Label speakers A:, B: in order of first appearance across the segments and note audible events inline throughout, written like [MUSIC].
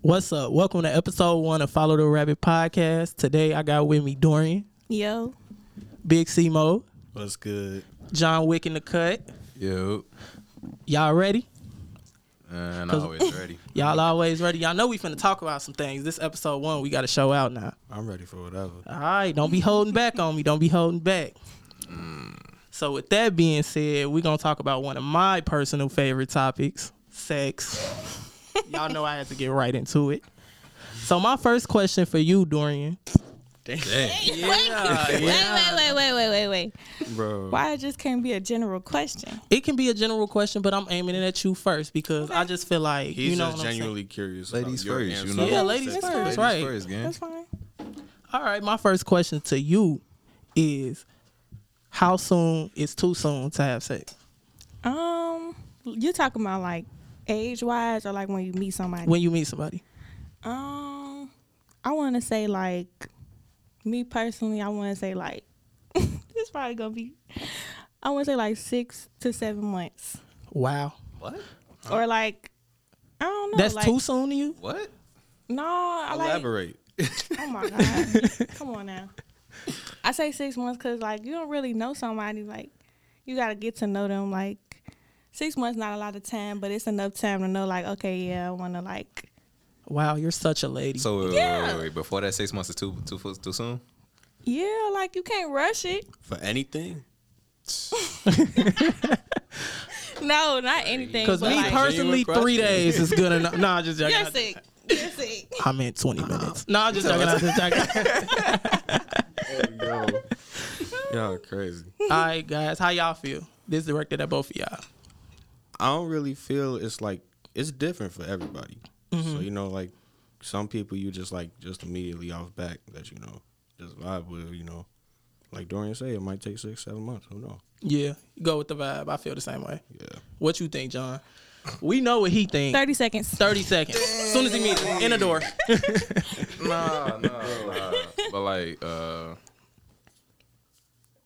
A: What's up? Welcome to episode one of Follow the Rabbit podcast. Today I got with me Dorian,
B: Yo.
A: Big C Mo,
C: What's good?
A: John Wick in the cut.
C: Yo.
A: Y'all ready?
C: And always
B: [LAUGHS]
C: ready.
A: Y'all always ready. Y'all know we finna talk about some things. This episode one, we got to show out now.
C: I'm ready for whatever.
A: All right, don't be holding back on me. Don't be holding back. So with that being said, we're gonna talk about one of my personal favorite topics, sex. Y'all know I had to get right into it. So my first question for you, Dorian.
C: Damn.
B: wait, [LAUGHS] wait, wait, wait, wait, wait, wait.
C: Bro.
B: Why it just can't be a general question?
A: It can be a general question, but I'm aiming it at you first because I just feel like
C: He's
A: you know
C: just
A: what I'm saying.
C: genuinely curious.
D: Ladies
C: about your
D: first, you
C: answer.
D: know?
A: Yeah, ladies
B: That's
A: first,
B: fine. Ladies
A: right?
D: first, gang.
B: That's fine.
A: All right, my first question to you is how soon is too soon to have sex?
B: Um, you talking about like age wise or like when you meet somebody?
A: When you meet somebody.
B: um, I want to say like me personally, I want to say like [LAUGHS] this probably gonna be. I want to say like six to seven months
A: Wow.
C: What?
B: or like I don't know.
A: That's
B: Oh, like,
A: too soon to you?
C: What?
B: No, I like.
C: Elaborate.
B: Oh my god! Come on now. I say six months because like you don't really know somebody. Like you gotta get to know them. Like six months not a lot of time, but it's enough time to know. Like okay, yeah, I wanna like.
A: Wow, you're such a lady.
D: So wait, wait,
B: Yeah.
D: wait, wait, before that six months is too too fu- too soon.
B: Yeah, like you can't rush it.
C: For anything?
B: No, not anything.
A: Because
B: Because
A: me
B: like,
A: personally,
C: Genuine
A: three
C: question.
A: days is good
C: [LAUGHS]
A: enough. Nah, just joking.
B: you're sick. You're sick.
A: I meant 20 minutes. Nah, [LAUGHS] just joking. I'm just joking.
C: Yo.
B: [LAUGHS]
C: Y'all crazy.
A: All right, guys, how y'all feel? This directed at both of y'all.
C: I don't really feel it's like it's different for everybody.
B: Mm-hmm.
C: So you know, like some people you just like just immediately off back that you know just vibe with. You know, like Dorian said, it might take six, seven months. Who knows?
A: Yeah, go with the vibe. I feel the same way.
C: Yeah.
A: What you think, John? We know what he thinks.
B: Thirty seconds.
A: 30 seconds. As soon as he meets me, in the door.
D: nah, nah, nah. But like,
A: [LAUGHS]
D: uh,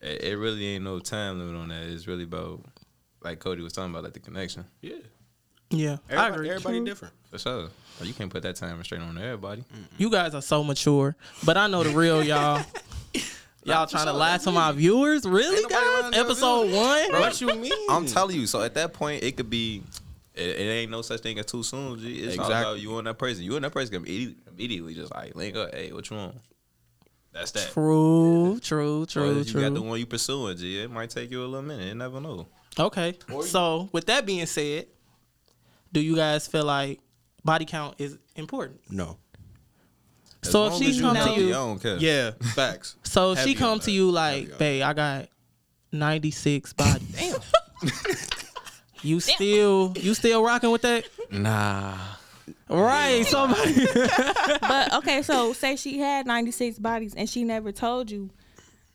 D: it, it really ain't no time limit on that. It's really about, like Cody was talking about, like the connection.
C: Yeah.
A: Yeah, I
C: Everybody,
A: agree.
C: everybody different.
D: For sure. Like, you can't put that time restraint on everybody.
A: You guys are so mature, but I know the real
D: [LAUGHS]
A: y'all. Y'all trying to lie to my viewers? Really,
D: nobody lying
A: guys?
D: to your
A: Episode one?
C: What you mean?
D: I'm telling you. So at that point, it could be. It, it ain't no such thing as too soon. G. It's all about
C: Exactly.
D: you and that person. You and that person can immedi- immediately just like link up. Hey, what you on? That's that.
A: True, true,
D: Or
A: true,
D: if you got the
A: true.
D: one you pursuing, G. It might take you a little minute. You never know.
A: Okay. So, with that being said, do you guys feel like body count is important?
C: No.
A: So if
D: long
A: she
D: as
A: come
D: know
A: to
D: me, I
A: you,
D: don't care. [LAUGHS]
C: Yeah. Facts.
A: so if she
C: Heavy
A: come
C: on
A: to
C: that.
A: you
C: Heavy
A: like,
C: on
A: babe, I got ninety six
B: [LAUGHS]
A: body. Damn. You still you still rocking with that?
D: Nah.
A: Right. Somebody. [LAUGHS]
B: But okay, so say she had ninety six bodies and she never told you,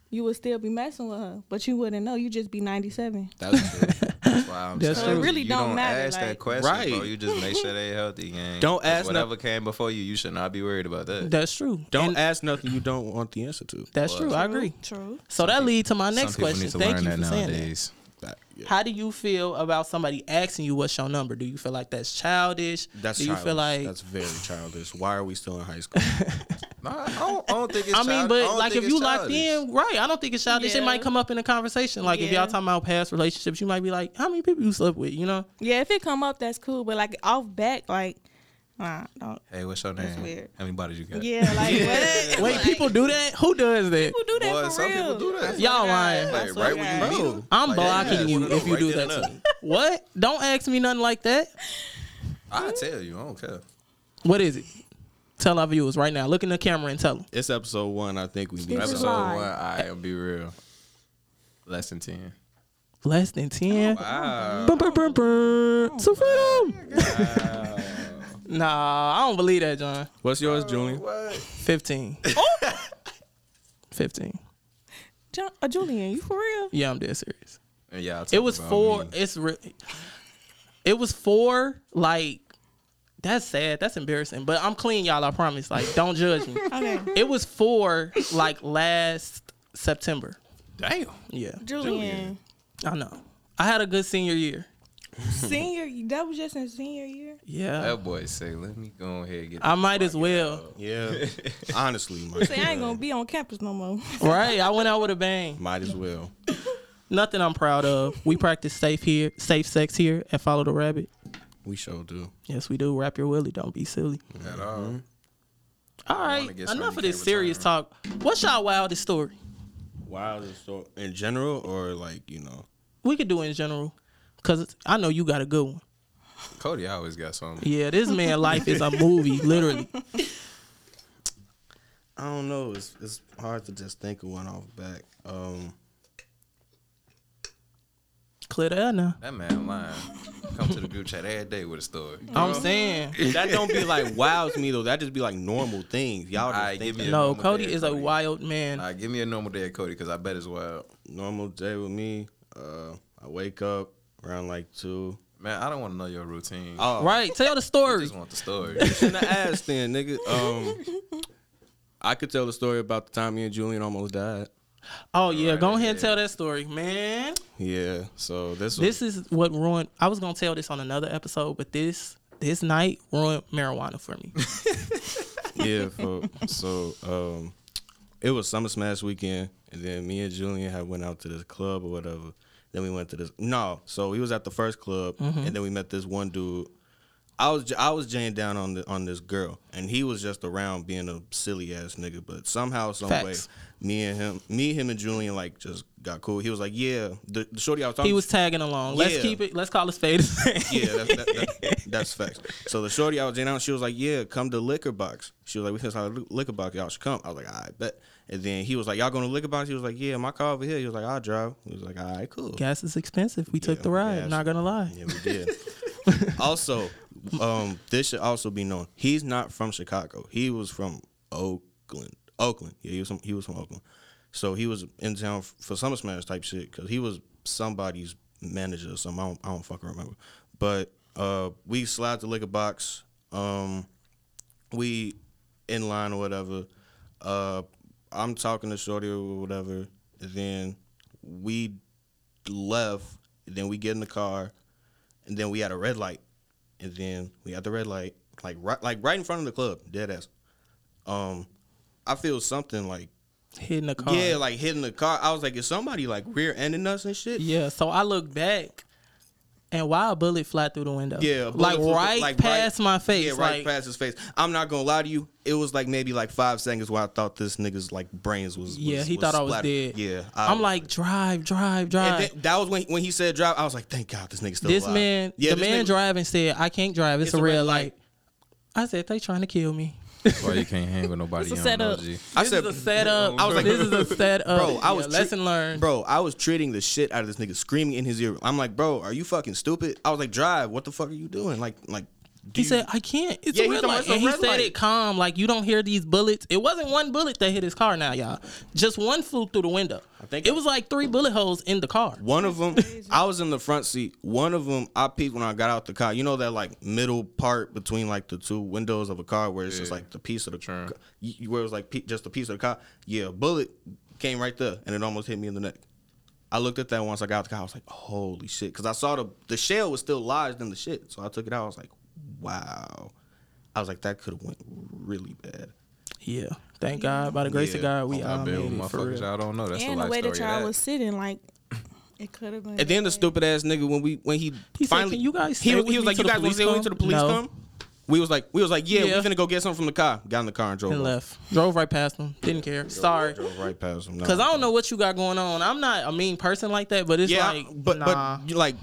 B: you would still be messing with her, but you wouldn't know. You just be ninety seven.
D: That's true. That's why
A: [LAUGHS]
D: I'm
A: That's
D: saying.
A: true. It
B: really
D: you
B: don't matter,
D: ask
B: like-
D: that question,
C: Right.
D: bro. You just make sure they healthy, gang.
C: Don't
D: 'Cause
C: ask no-
D: whatever came before you. You should not be worried about that.
A: That's true.
C: Don't
A: And
C: ask nothing you don't want the answer to.
A: that's true. I agree.
B: True.
A: So that leads to my
D: Some
A: next
D: people
A: question.
D: need to
A: Thank
D: learn
A: you
D: that
A: for saying that.
D: nowadays.
C: That- yeah.
A: How do you feel about somebody asking you what's your number? Do you feel like that's childish?
C: That's
A: do you
C: childish.
A: feel like
C: that's very childish. Why are we still in high [LAUGHS] school?
D: Nah, I don't, I don't think
A: [LAUGHS]
D: it's.
A: I mean,
D: child-
A: but
D: don't
A: like
D: think
A: if
D: it's
A: you locked
D: childish.
A: in, right? I don't think it's childish. It
B: Yeah.
A: might come up in a conversation. Like if
B: Yeah.
A: y'all talking about past relationships, you might be like, "How many people you slept with?" You
B: [LAUGHS]
A: know?
B: Yeah, if it come up, that's cool. But like off back, like nah, don't.
D: Hey, what's your name?
B: That's
D: [LAUGHS]
B: weird.
D: How many bodies you got?
B: Yeah, like what?
A: Wait,
B: Like,
A: people do that? Who does that?
B: people do that
D: Boy,
B: for
D: some
B: real.
D: people do that.
A: Y'all lying.
B: I
D: Like,
B: swear
D: right
B: to
D: when
B: God.
D: you meet them.
A: I'm
D: Like, yeah,
A: blocking
D: yeah,
A: you
D: one of
A: if
D: them
A: you
D: right
A: do
D: there
A: that.
D: and
A: To
D: up.
A: me. What? Don't ask me nothing like that.
D: I tell you, I don't care.
A: What is it? Tell our viewers right now. Look in the camera and tell them.
C: it's episode one. I think we need.
B: This is
D: Episode
C: Episode.
B: like-
D: one,
B: lie.
D: I'll be real. Less than ten.
A: Less than ten.
D: Oh, Wow. Oh,
A: Brum, brum, brum, brum. To freedom. [LAUGHS] Nah, I don't believe that, John.
C: What's yours, Julian?
D: What?
A: 15.
D: Oh.
A: 15.
B: Ju- uh, Julian, you for
D: [LAUGHS]
B: real?
A: Yeah, I'm dead serious.
D: And y'all talk
A: It was
D: about
A: four.
D: me.
A: It's re- it was four. Like that's sad. That's embarrassing. But I'm clean, y'all. I promise. Like, don't judge me.
B: Okay,
A: It was four. Like last September.
D: Damn.
A: Yeah,
D: [LAUGHS]
B: Julian.
A: I know. I had a good senior year.
B: senior, that was just in senior year.
D: [LAUGHS]
A: Yeah.
D: That boy say, "Let me go ahead and get."
A: I
D: this
A: might as
D: pocket
A: well.
D: out."
C: Yeah. Honestly, Mike.
B: Say I ain't gonna be on campus no more.
A: right. I went out with a bang.
C: Might as well.
A: Nothing I'm proud of. We practice safe here, safe sex here at Follow the Rabbit.
C: We sure do.
A: Yes, we do. Wrap your willy. Don't be silly.
D: At all.
A: All
D: wanna
A: right.
D: get something
A: Enough
D: you
A: of this
D: can't
A: serious talk. What's y'all wildest story?
C: Wildest story in general, or like you know,
A: We could do it in general, cause I know you got a good one.
D: Cody always got something.
A: Yeah, this man life is a movie, literally.
C: I don't know. It's it's hard to just think of one off back. Um,
A: Clear the air now.
D: That man lying. Come to the group chat every day with a story.
A: I'm saying.
C: that don't be [LAUGHS] like wows me though. That just be like normal things. Y'all just
D: Alright,
C: think
D: give me
C: that-
A: No,
D: normal
A: Cody
D: day,
A: is a
D: Cody.
A: wild man.
D: Nah, give me a normal day at Cody because I bet it's wild.
C: normal day with me. Uh, I wake up around like two.
D: Man, I don't want to know your routine. I
C: Oh,
A: Right. Tell the story.
D: just want the story.
C: in the ass then, nigga. Um, I could tell the story about the time me and Julian almost died.
A: Oh yeah, go ahead and
D: yeah.
A: tell that story, man.
C: Yeah. So this was
A: This is what ruined. I was gonna tell this on another episode, but this this night ruined marijuana for
C: [LAUGHS]
A: me.
C: yeah. For, so um, it was Summer Smash weekend, and then me and Julian had went out to this club or whatever. Then we went to this. No, so we was at the first club,
A: Mm-hmm.
C: and then we met this one dude. I was j- I was jaying down on the, on this girl, and he was just around being a silly ass nigga. But somehow, some way,
A: Facts.
C: me and him, me, him and Julian like just got cool. He was like, "Yeah, the, the shorty I was talking."
A: he
C: to-
A: was tagging along. Let's
C: Yeah.
A: keep it. Let's call it spade. a spade.
C: [LAUGHS] yeah, that's, that, that, that's facts. So the shorty I was in out, she was like, "Yeah, come to liquor box." She was like, "We can start a li- liquor box. Y'all should come." I was like, "I bet." And then he was like, "Y'all going to liquor box?" He was like, "Yeah, my car over here." He was like, "I'll drive." He was like, "All right, cool."
A: [LAUGHS] Gas is expensive. We took
C: Yeah,
A: the ride.
C: gas.
A: Not gonna lie.
C: Yeah, we did. [LAUGHS] also, um, this should also be known. He's not from Chicago. He was from Oakland. Oakland. Yeah, he was from, he was from Oakland. So he was in town f- for Summer Smash type shit because he was somebody's manager or something. I don't, I don't fucking remember. But uh, we slide the liquor box. Um, we in line or whatever. Uh, I'm talking to Shorty or whatever. And then we left. And then we get in the car, and then we had a red light, and then we had the red light, like right, like right in front of the club, dead ass. Um, I feel something like
A: Hitting the car.
C: yeah, like hitting the car. I was like, is somebody like rear ending us and shit?
A: Yeah, So I look back, and why a bullet fly through the window?
C: Yeah, a bullet
A: Like
C: flew-
A: right
C: like,
A: past
C: right-
A: my face.
C: Yeah, right
A: like,
C: past his face. I'm not gonna lie to you. It was like maybe like five seconds where I thought this nigga's like brains was. was-
A: Yeah, he
C: was
A: thought I was
C: splattered.
A: dead.
C: Yeah, I-
A: I'm like drive, drive, drive.
C: And then, that was when when he said drive. I was like, thank God this nigga's still
A: this
C: alive.
A: man, the
C: this
A: man
C: nigga-
A: driving said, "I can't drive. It's, a, red light.
C: light.
A: I said, "They trying to kill me."
D: Boy, you can't hang with nobody.
B: It's a
D: you don't know,
B: setup.
D: G.
C: I
A: this
C: said,
A: is a setup.
D: I was like-
A: this is a setup.
C: [LAUGHS] Bro, I
A: Yeah,
C: was tre-
A: lesson learned.
C: Bro, I was treating the shit out of this nigga, screaming in his ear. I'm like, bro, are you fucking stupid? I was like, drive. What the fuck are you doing? Like, like. do
A: he
C: you-
A: said, "I can't. It's
C: Yeah,
A: a
C: he
A: red
C: told
A: light."
C: us a
A: and he
C: red
A: said
C: light.
A: it calm, like you don't hear these bullets. It wasn't one bullet that hit his car. Now, y'all, just one flew through the window.
C: think-
A: it was like three bullet holes in the car.
C: One of them, I was in the front seat. One of them, I peeked when I got out the car. You know that like middle part between like the two windows of a car where it's just like the piece of the
D: Sure.
C: car, where it was like pe- just a piece of the car. Yeah, a bullet came right there and it almost hit me in the neck. I looked at that once I got out the car. I was like, holy shit, because I saw the the shell was still lodged in the shit. So I took it out. I was like, wow. I was like, that could have went really bad.
A: Yeah, thank God. By the grace of
C: Yeah.
A: God, we
D: I
A: all
D: bet
A: made
D: with
A: it for
D: motherfuckers
A: real.
D: y'all don't know. That's
B: and
D: the
B: the
D: life
B: way
D: story.
B: the child
D: of [LAUGHS]
B: was sitting, like it could have been.
C: And then the stupid ass nigga when we when he,
A: He said,
C: finally
A: "Can you guys stay
C: he, he
A: with
C: was
A: me
C: like
A: till
C: you
A: the
C: guys gonna
A: police
C: stay with me till the
A: come?"
C: police
A: No.
C: come. We was like we was like yeah,
A: Yeah.
C: we finna go get something from the car. Got in the car and drove
A: And
C: off.
A: left. Drove right past him. Didn't care. Sorry.
C: Drove right past him.
A: Cause I don't know what you got going on. I'm not a mean person like that, but it's
C: Yeah,
A: like,
C: but
A: nah.
C: but you like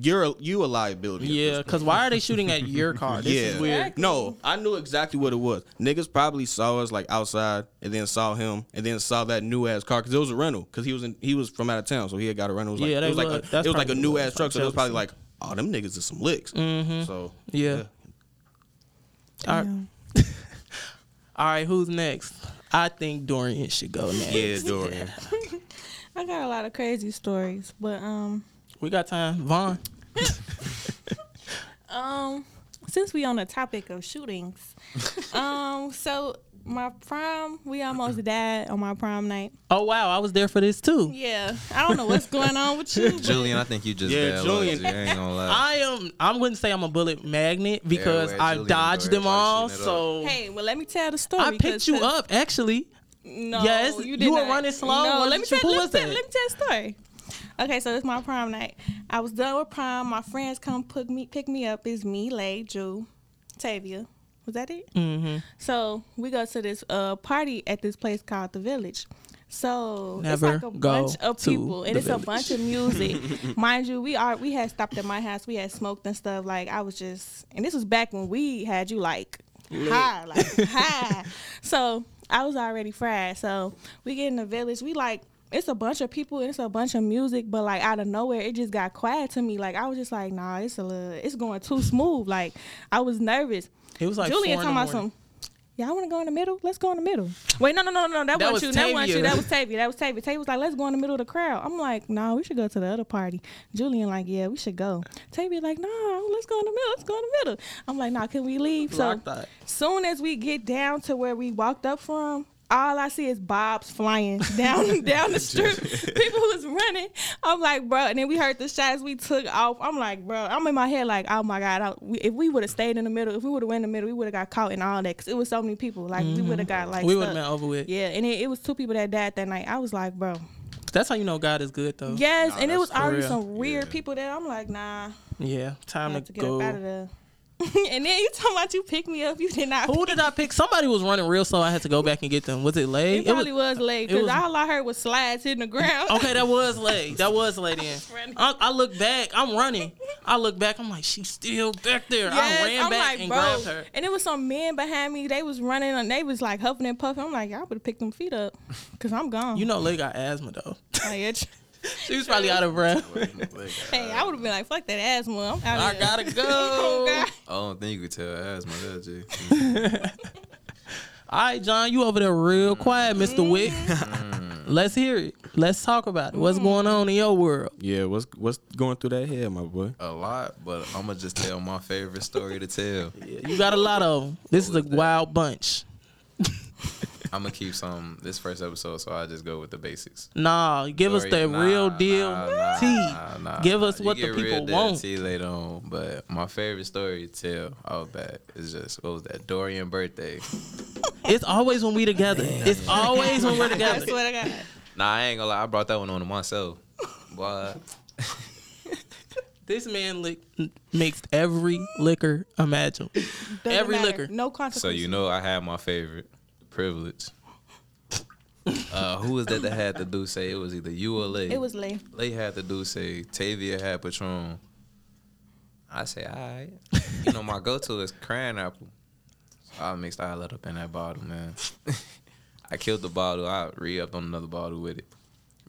C: you're a, you a liability. at
A: yeah.
C: this
A: Cause why are they shooting at your car? This
C: yeah.
A: is weird.
C: No, I knew exactly what it was. Niggas probably saw us like outside, and then saw him, and then saw that new ass car because it was a rental. Because he was in, he was from out of town, so he had got a rental. It was like,
A: Yeah,
C: it
A: they
C: was like
A: look-
C: a,
A: that's
C: it was like a
A: probably
C: new
A: what
C: ass
A: it's
C: truck. So it was
A: probably
C: probably like, oh, them niggas is some licks. So
A: Yeah. All right. All right. Who's next? I think Dorian should go next.
C: yeah, Dorian.
B: I got a lot of crazy stories, but um,
A: We got time. Vaughn.
B: um, since we on the topic
A: [LAUGHS]
B: of shootings, um, so my prom,
A: [CLEARS THROAT]
B: we almost died on my prom night.
A: Oh wow, I was there for this too.
B: Yeah, I don't know what's going on with
A: [LAUGHS]
B: you. but-
D: [LAUGHS] Julian, I think you just
C: Yeah,
D: bad
C: Julian.
D: luck, I ain't gonna [LAUGHS] lie.
A: I am. I'm going to say I'm a bullet magnet because
D: where
A: I
D: Julian
A: dodged
D: go,
A: them all.
D: everybody shooting
A: So
D: it
B: Hey, well, let me tell the story.
A: I picked
B: 'cause-
A: you up actually.
B: No,
A: Yes,
B: you
A: you
B: did
A: were
B: not.
A: running slow,
B: No,
A: wasn't
B: let me
A: you?
B: tell.
A: Who
B: let, me
A: was
B: tell
A: that?
B: let me tell a story. Okay, so it's my prom night. I was done with prom. My friends come pick me pick me up. It's me, Lay, Jew, Tavia. Was that it?
A: Mm-hmm.
B: So we go to this uh, party at this place called The Village. So
A: Never
B: it's like a
A: go
B: bunch of
A: to
B: people, and
A: The
B: it's a bunch
A: [LAUGHS]
B: of music, mind you. We are we had stopped at my house, we had smoked and stuff. Like I was just, and this was back when we had you like
A: [LAUGHS]
B: high, like high. So I was already fried. So we get in the village, we like. It's a bunch of people. and It's a bunch of music, but like out of nowhere, it just got quiet to me. Like I was just like, "Nah, it's a little. It's going too smooth." Like I was nervous.
A: It was like
B: Julian
A: four in
B: talking
A: the
B: about
A: morning.
B: some. Yeah, I want to go in the middle. Let's go in the middle. Wait, no, no, no, no, no. That,
A: That was
B: wasn't you. That wasn't you.
A: Tavia.
B: That was Tavia. That was Tavia. Tavia was like, let's go in the middle of the crowd. I'm like, no, we should go to the other party. Julian like, yeah, we should go. Tavia like, no, let's go in the middle. Let's go in the middle. I'm like, nah, can we leave? So
A: Rock that.
B: soon as we get down to where we walked up from, all I see is bobs flying [LAUGHS] down down the street. People was running. I'm like, bro. And then we heard the shots. We took off. I'm like, bro. I'm in my head like, oh my god. I, we, if we would have stayed in the middle, if we would have went in the middle, we would have got caught and all that. Cause it was so many people. Like we would have got like
A: We would have
B: stuck.
A: been over with.
B: Yeah, and it, it was two people that died that night. I was like, bro.
A: That's how you know God is good though.
B: Yes, and it was
A: for
B: already
A: real.
B: some weird
C: Yeah.
B: people there. I'm like, nah,
A: Yeah,
B: i
A: time
B: have
A: to
B: to get up out of
A: go.
B: there. [LAUGHS] and then you talking about you picked me up. You did not.
A: Who
B: pick
A: did I pick? Somebody was running real slow. I had to go back and get them. Was it Lay?
B: It probably was, late
A: it
B: because
A: was-
B: all I heard was slides hitting the ground.
A: [LAUGHS] Okay, that was late.
B: [LAUGHS]
A: That was late in.
B: Running.
A: I, I look back. I'm running. I look back. I'm like, she's still back there.
B: Yes,
A: I ran
B: I'm
A: back
B: like,
A: and
B: bro.
A: grabbed her.
B: And it was some men behind me. They was running and they was like huffing and puffing. I'm like, y'all better pick them feet up because I'm gone.
A: You know, Lay got asthma though.
B: Like, it's-
A: She was probably out of breath.
B: [LAUGHS] hey, I would have been like, fuck that asthma. I'm out
A: I
B: here. [LAUGHS]
A: gotta
B: Oh,
A: go.
B: God.
D: I don't think you could tell ass my dad, G.
A: All right, John, you over there real quiet, Mr.
B: Mm.
A: Wick.
D: Mm.
A: Let's hear it. Let's talk about it.
B: Mm.
A: What's going on in your world?
C: Yeah, what's what's going through that head, my boy?
D: A lot, but I'm gonna just tell my favorite story to tell.
A: You got a lot of
D: [LAUGHS]
A: 'em. This is a
D: What was that?
A: wild bunch.
D: I'm gonna keep some this first episode, so I just go with the basics.
A: Nah, give us
D: Story-
A: the
D: nah,
A: real deal
D: nah, nah,
A: tea.
D: nah, nah,
A: Give
D: nah.
A: us
D: You
A: what the
D: get real
A: people
D: dead
A: want.
D: Tea later on, but my favorite story to tell out that is just what was that Dorian birthday.
A: It's always when we
D: [LAUGHS]
A: together. It's always when we're
B: I
A: together.
B: swear to God.
D: Nah, I ain't gonna lie, I brought that one on to myself. Boy,
A: This man lick, mixed every liquor imaginable.
B: Doesn't
A: Every
B: matter.
A: liquor.
B: No consequences.
D: so you know I had my favorite privilege.
B: [LAUGHS]
D: Uh, who was that that had the do say it was either you or Lee?
B: It was late.
D: They had the dude say Tavia had Patron. I say, all right.
B: [LAUGHS]
D: You know, my go to is crayon apple. So I mixed all that up in that bottle, man. [LAUGHS] I killed the bottle. I re upped on another bottle with it.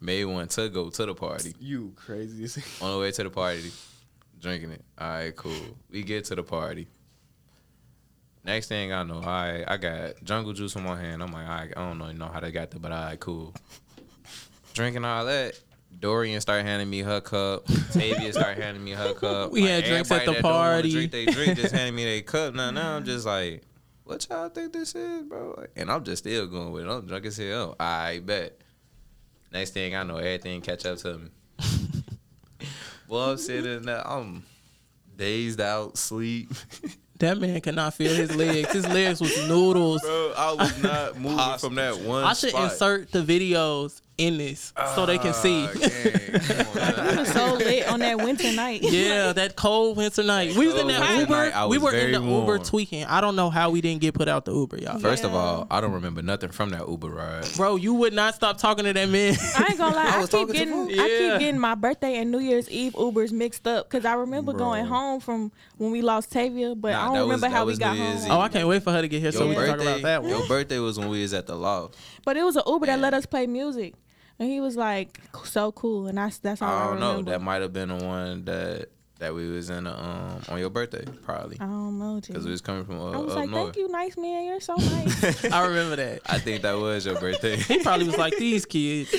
D: Made one to go to the party.
C: You crazy.
D: On the way to the party, drinking it. All right, cool. We get to the party. Next thing I know, all right, I got jungle juice in my hand. I'm like, all right, I don't know, know how they got there, but all right, cool. Drinking all that. Dorian started handing me her cup. Tavia started handing me her
A: [LAUGHS]
D: cup.
A: We had drinks at
D: everybody
A: the
D: that don't wanna
A: party.
D: Drink they drink, just handing me their cup. Now, now I'm just like, what y'all think this is, bro? Like, And I'm just still going with it. I'm drunk as hell. I bet. Next thing I know, everything catch up to me. well, I'm sitting there, I'm dazed out, sleep. [LAUGHS]
A: That man could not feel his legs. His legs was noodles.
D: Bro, I was not moving from that one.
A: I should
D: spot.
A: insert the videos in this so they can see.
D: Ah, gang, come
B: [LAUGHS]
D: on,
B: You
D: man.
B: was so lit on that winter
A: [LAUGHS]
B: night.
A: Yeah, that cold winter night. We was in
D: Cold
A: that
D: winter
A: Uber.
D: night, I
A: we
D: was
A: were in
D: very
A: the Uber
D: warm.
A: tweaking. I don't know how we didn't get put out the Uber, y'all.
D: First of
B: Yeah.
D: all, I don't remember nothing from that Uber ride.
A: Bro, you would not stop talking to that
D: [LAUGHS]
A: man.
B: [LAUGHS] I ain't gonna lie. I,
D: was
B: keep
D: talking to
B: getting
A: Fu.
B: I
A: Yeah.
B: keep getting my birthday and New Year's Eve Ubers mixed up because I remember
D: Bro.
B: going home from when we lost Tavia, but I
D: Nah,
B: don't
D: that was-
B: remember
D: that
B: how we
D: was
B: got
D: New Year's
B: home.
D: Eve.
A: oh, I can't wait for her to get here so
D: Your
A: we can talk
D: birthday,
A: about that one.
D: your birthday was when we was at the loft.
B: But it was an Uber that
D: Yeah.
B: let us play music, and he was like so cool, and that's that's all I,
D: I don't know.
B: remember.
D: That might have been the one that that we was in the, um on your birthday, probably,
B: I don't know, G.
D: because we was coming from uh,
B: I was
D: up
B: like,
D: north.
B: thank you, nice man, you're so nice.
A: I remember that.
D: [LAUGHS] I think that was
B: [LAUGHS]
D: your birthday.
A: He probably was like, these kids,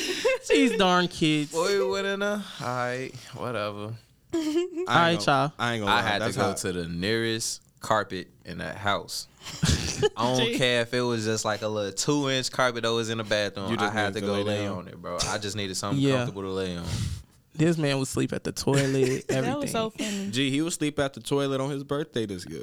A: these darn kids.
D: Boy, we went in a high, whatever.
A: All right, y'all.
C: I ain't gonna lie.
D: I had to
C: that's
D: go
C: how-
D: to the nearest carpet in
C: [LAUGHS]
D: that house. I don't
B: Gee.
D: care if it was just like a little two inch carpet that was in the bathroom.
C: You
D: I
C: just
D: had
C: needed
D: to
C: to
D: go lay,
C: lay down.
D: on it, bro. I just needed something
A: Yeah.
D: comfortable to
C: [LAUGHS]
D: lay on.
A: This man would sleep at the toilet. Everything.
B: That was so
C: [LAUGHS]
B: funny.
C: Gee, he would sleep at the toilet on his birthday this year.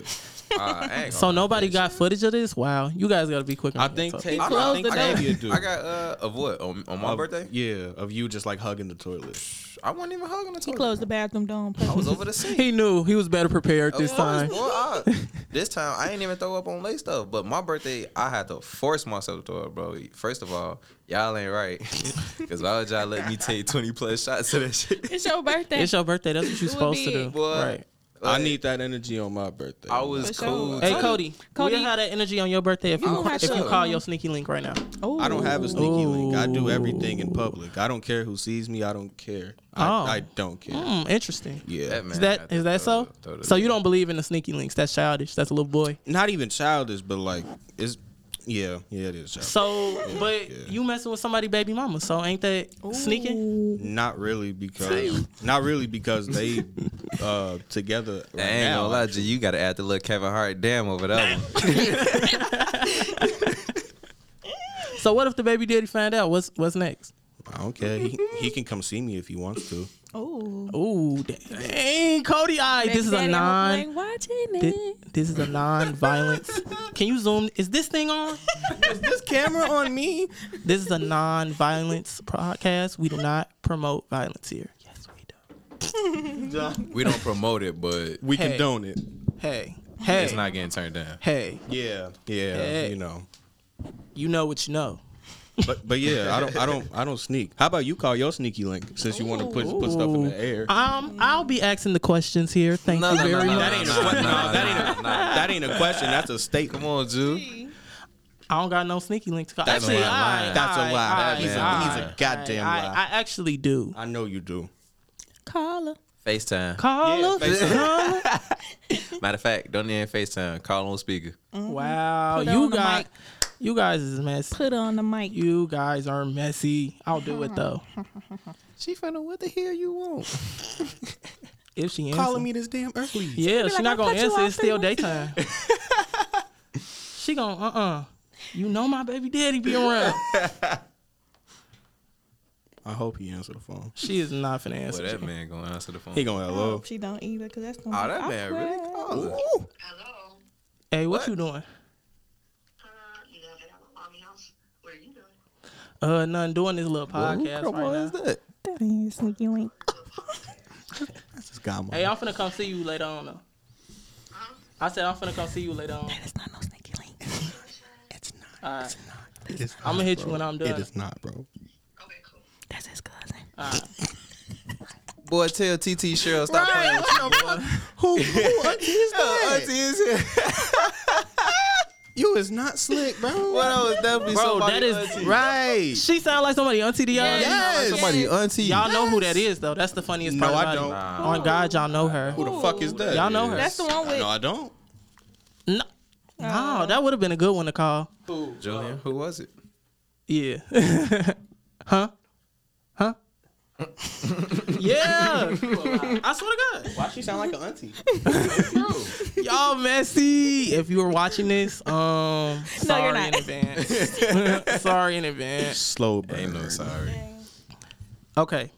D: Uh, I ain't
A: So
D: gonna lie,
A: nobody
D: bitch.
A: got footage of this? Wow, you guys gotta be quick. On
C: I
A: that
C: think
A: topic.
C: Tay-
D: I
C: I
D: closed
C: think
D: the door.
C: Tavia do.
D: I got uh, of what on, on [LAUGHS] my
C: Of-
D: birthday?
C: Yeah, of you just like hugging the toilet.
D: I wasn't even hugging the
B: He
D: toilet.
B: closed the bathroom door on
D: I was
B: purpose.
D: over the sink.
A: he knew he was better prepared this
D: Of course,
A: time.
D: boy,
A: [LAUGHS]
D: I- this time I ain't even throw up on late stuff. But my birthday, I had to force myself to throw up, bro. First of all, y'all ain't right. [LAUGHS] Cause why would y'all let me take twenty plus shots of that
A: [LAUGHS]
D: shit?
B: It's your birthday.
A: It's your birthday. That's what you're
B: It would
A: supposed to
B: be-
A: do.
D: Boy,
A: Right.
C: I need that energy on my birthday.
D: I was
B: For sure.
D: cool.
A: Hey
B: Cody-
A: Cody,
B: Cody-
A: we have that energy on your birthday if you,
D: You don't have
A: if you
D: to.
A: call your sneaky link right now.
B: Ooh.
C: I don't have a sneaky link. I do everything
A: Ooh.
C: in public. I don't care who sees me. I don't care. I,
A: Oh.
C: I don't care.
A: Mm, interesting.
C: Yeah.
D: That man
A: Is that
D: had to
A: is that
D: throw-
A: so?
D: throw the-
A: So you don't believe in the sneaky links? That's childish. That's a little boy.
C: Not even childish, but like it's yeah, yeah, it is. Childish.
A: So, but
C: Yeah.
A: you messing with somebody baby mama, so ain't that sneaking?
C: not really because not really because they uh together right
D: I ain't
C: now.
D: gonna lie to you. You gotta add the little Kevin Hart damn over that one.
A: So what if the baby daddy find out? What's what's next?
C: I don't care. He, he can come see me if he wants to.
B: Ooh.
A: Ooh, dang, Cody. All right, this is a
B: Baby daddy, I hope
A: non.
B: you ain't watching
A: thi-
B: it.
A: This is a non-violence. Can you zoom? Is this thing on?
C: This camera on me.
A: This is a non-violence podcast. We do not promote violence here. Yes, we do.
D: We don't promote it, but
C: We
A: Hey.
C: condone it.
A: Hey, hey,
D: it's not getting turned down.
A: hey.
C: Yeah, yeah,
A: Hey.
C: you know.
A: You know what you know.
C: But but yeah, I don't I don't I don't sneak. How about you call your sneaky link since you want to put put stuff in the air?
A: Um, I'll be asking the questions here. Thank
D: No,
A: you
D: no, no,
A: very
D: no,
A: much.
D: no, no, no, no, no, no.
C: that ain't a question. That's a statement.
D: Come on, Jew.
A: I don't got no sneaky link to call.
D: That's a
A: actually,
D: lie.
A: I,
C: That's a
A: I-
C: lie.
A: I-
D: He's a-
A: I-
D: he's a
A: I-
C: goddamn
A: I,
C: lie.
A: I actually do.
C: I know you do.
B: Carla.
D: FaceTime.
A: Call
C: Yeah,
A: us.
C: FaceTime.
A: Call us.
D: Matter of fact, don't even FaceTime. Call on speaker.
A: Wow,
B: Mm-hmm. Put it
A: you
B: on the
A: guys,
B: mic.
A: you guys is messy.
B: Put on the mic.
A: You guys are messy. I'll do it though.
D: She finna what the hell you want?
A: If she answers.
C: Calling me this damn early.
A: Yeah, she
B: like,
A: not
B: "I
A: gonna
B: cut you
A: answer.
B: off
A: It's
B: three
A: still
B: months [LAUGHS]
A: daytime. [LAUGHS] she gonna uh uh You know my baby daddy be
B: [LAUGHS]
A: around.
C: I hope he answered the phone.
A: she is not finna
D: Well,
A: answer.
D: that man gonna answer the phone.
C: He going
A: Oh,
C: hello. Oh,
B: She don't either because that's gonna
D: Oh,
B: be
D: that man really
B: awkward.
D: calling.
E: Hello.
A: hey, what,
D: What?
A: you doing?
E: Uh, you know, I'm at mommy house. Where are you doing?
A: Uh, nothing. Doing this little podcast right now.
D: that?
B: That ain't sneaky link.
C: That's his guy.
A: Hey, I'm finna come see you later on though. I said I'm finna come see you later on.
B: That's not no sneaky link.
C: it's not.
A: All right.
C: It is
A: I'ma
C: not,
A: hit you
C: bro.
A: when I'm done.
C: It is not, bro.
E: Okay, cool.
B: That's his cousin.
D: Boy, tell TT Cheryl stop playing with you. boy.
C: Who, [LAUGHS] who auntie is
D: Yo,
C: that?
D: auntie is here.
C: You is not slick, [LAUGHS] bro.
D: Boy, that was definitely
A: Bro,
D: somebody
A: that is-
D: auntie.
C: Right.
A: She sound like somebody auntie to y'all.
C: Yes.
D: Somebody auntie.
A: Y'all know who that is though. That's the funniest part.
C: No, I
A: about it.
C: don't.
D: Nah.
A: On God, y'all know her.
C: Who the fuck is that?
A: Y'all know her.
B: That's the one with.
C: No, I don't.
A: No, no, that would have been a good one to call.
D: Julian, who was it?
A: Yeah. [LAUGHS] huh?
B: [LAUGHS]
A: Huh? yeah. I swear to God.
C: Why she sound like an [LAUGHS] auntie?
A: Y'all messy. If you were watching this,
B: [LAUGHS]
A: um sorry
B: you're not.
A: in advance. [LAUGHS] sorry in advance.
C: Slow burn.
D: Ain't no sorry.
A: Okay.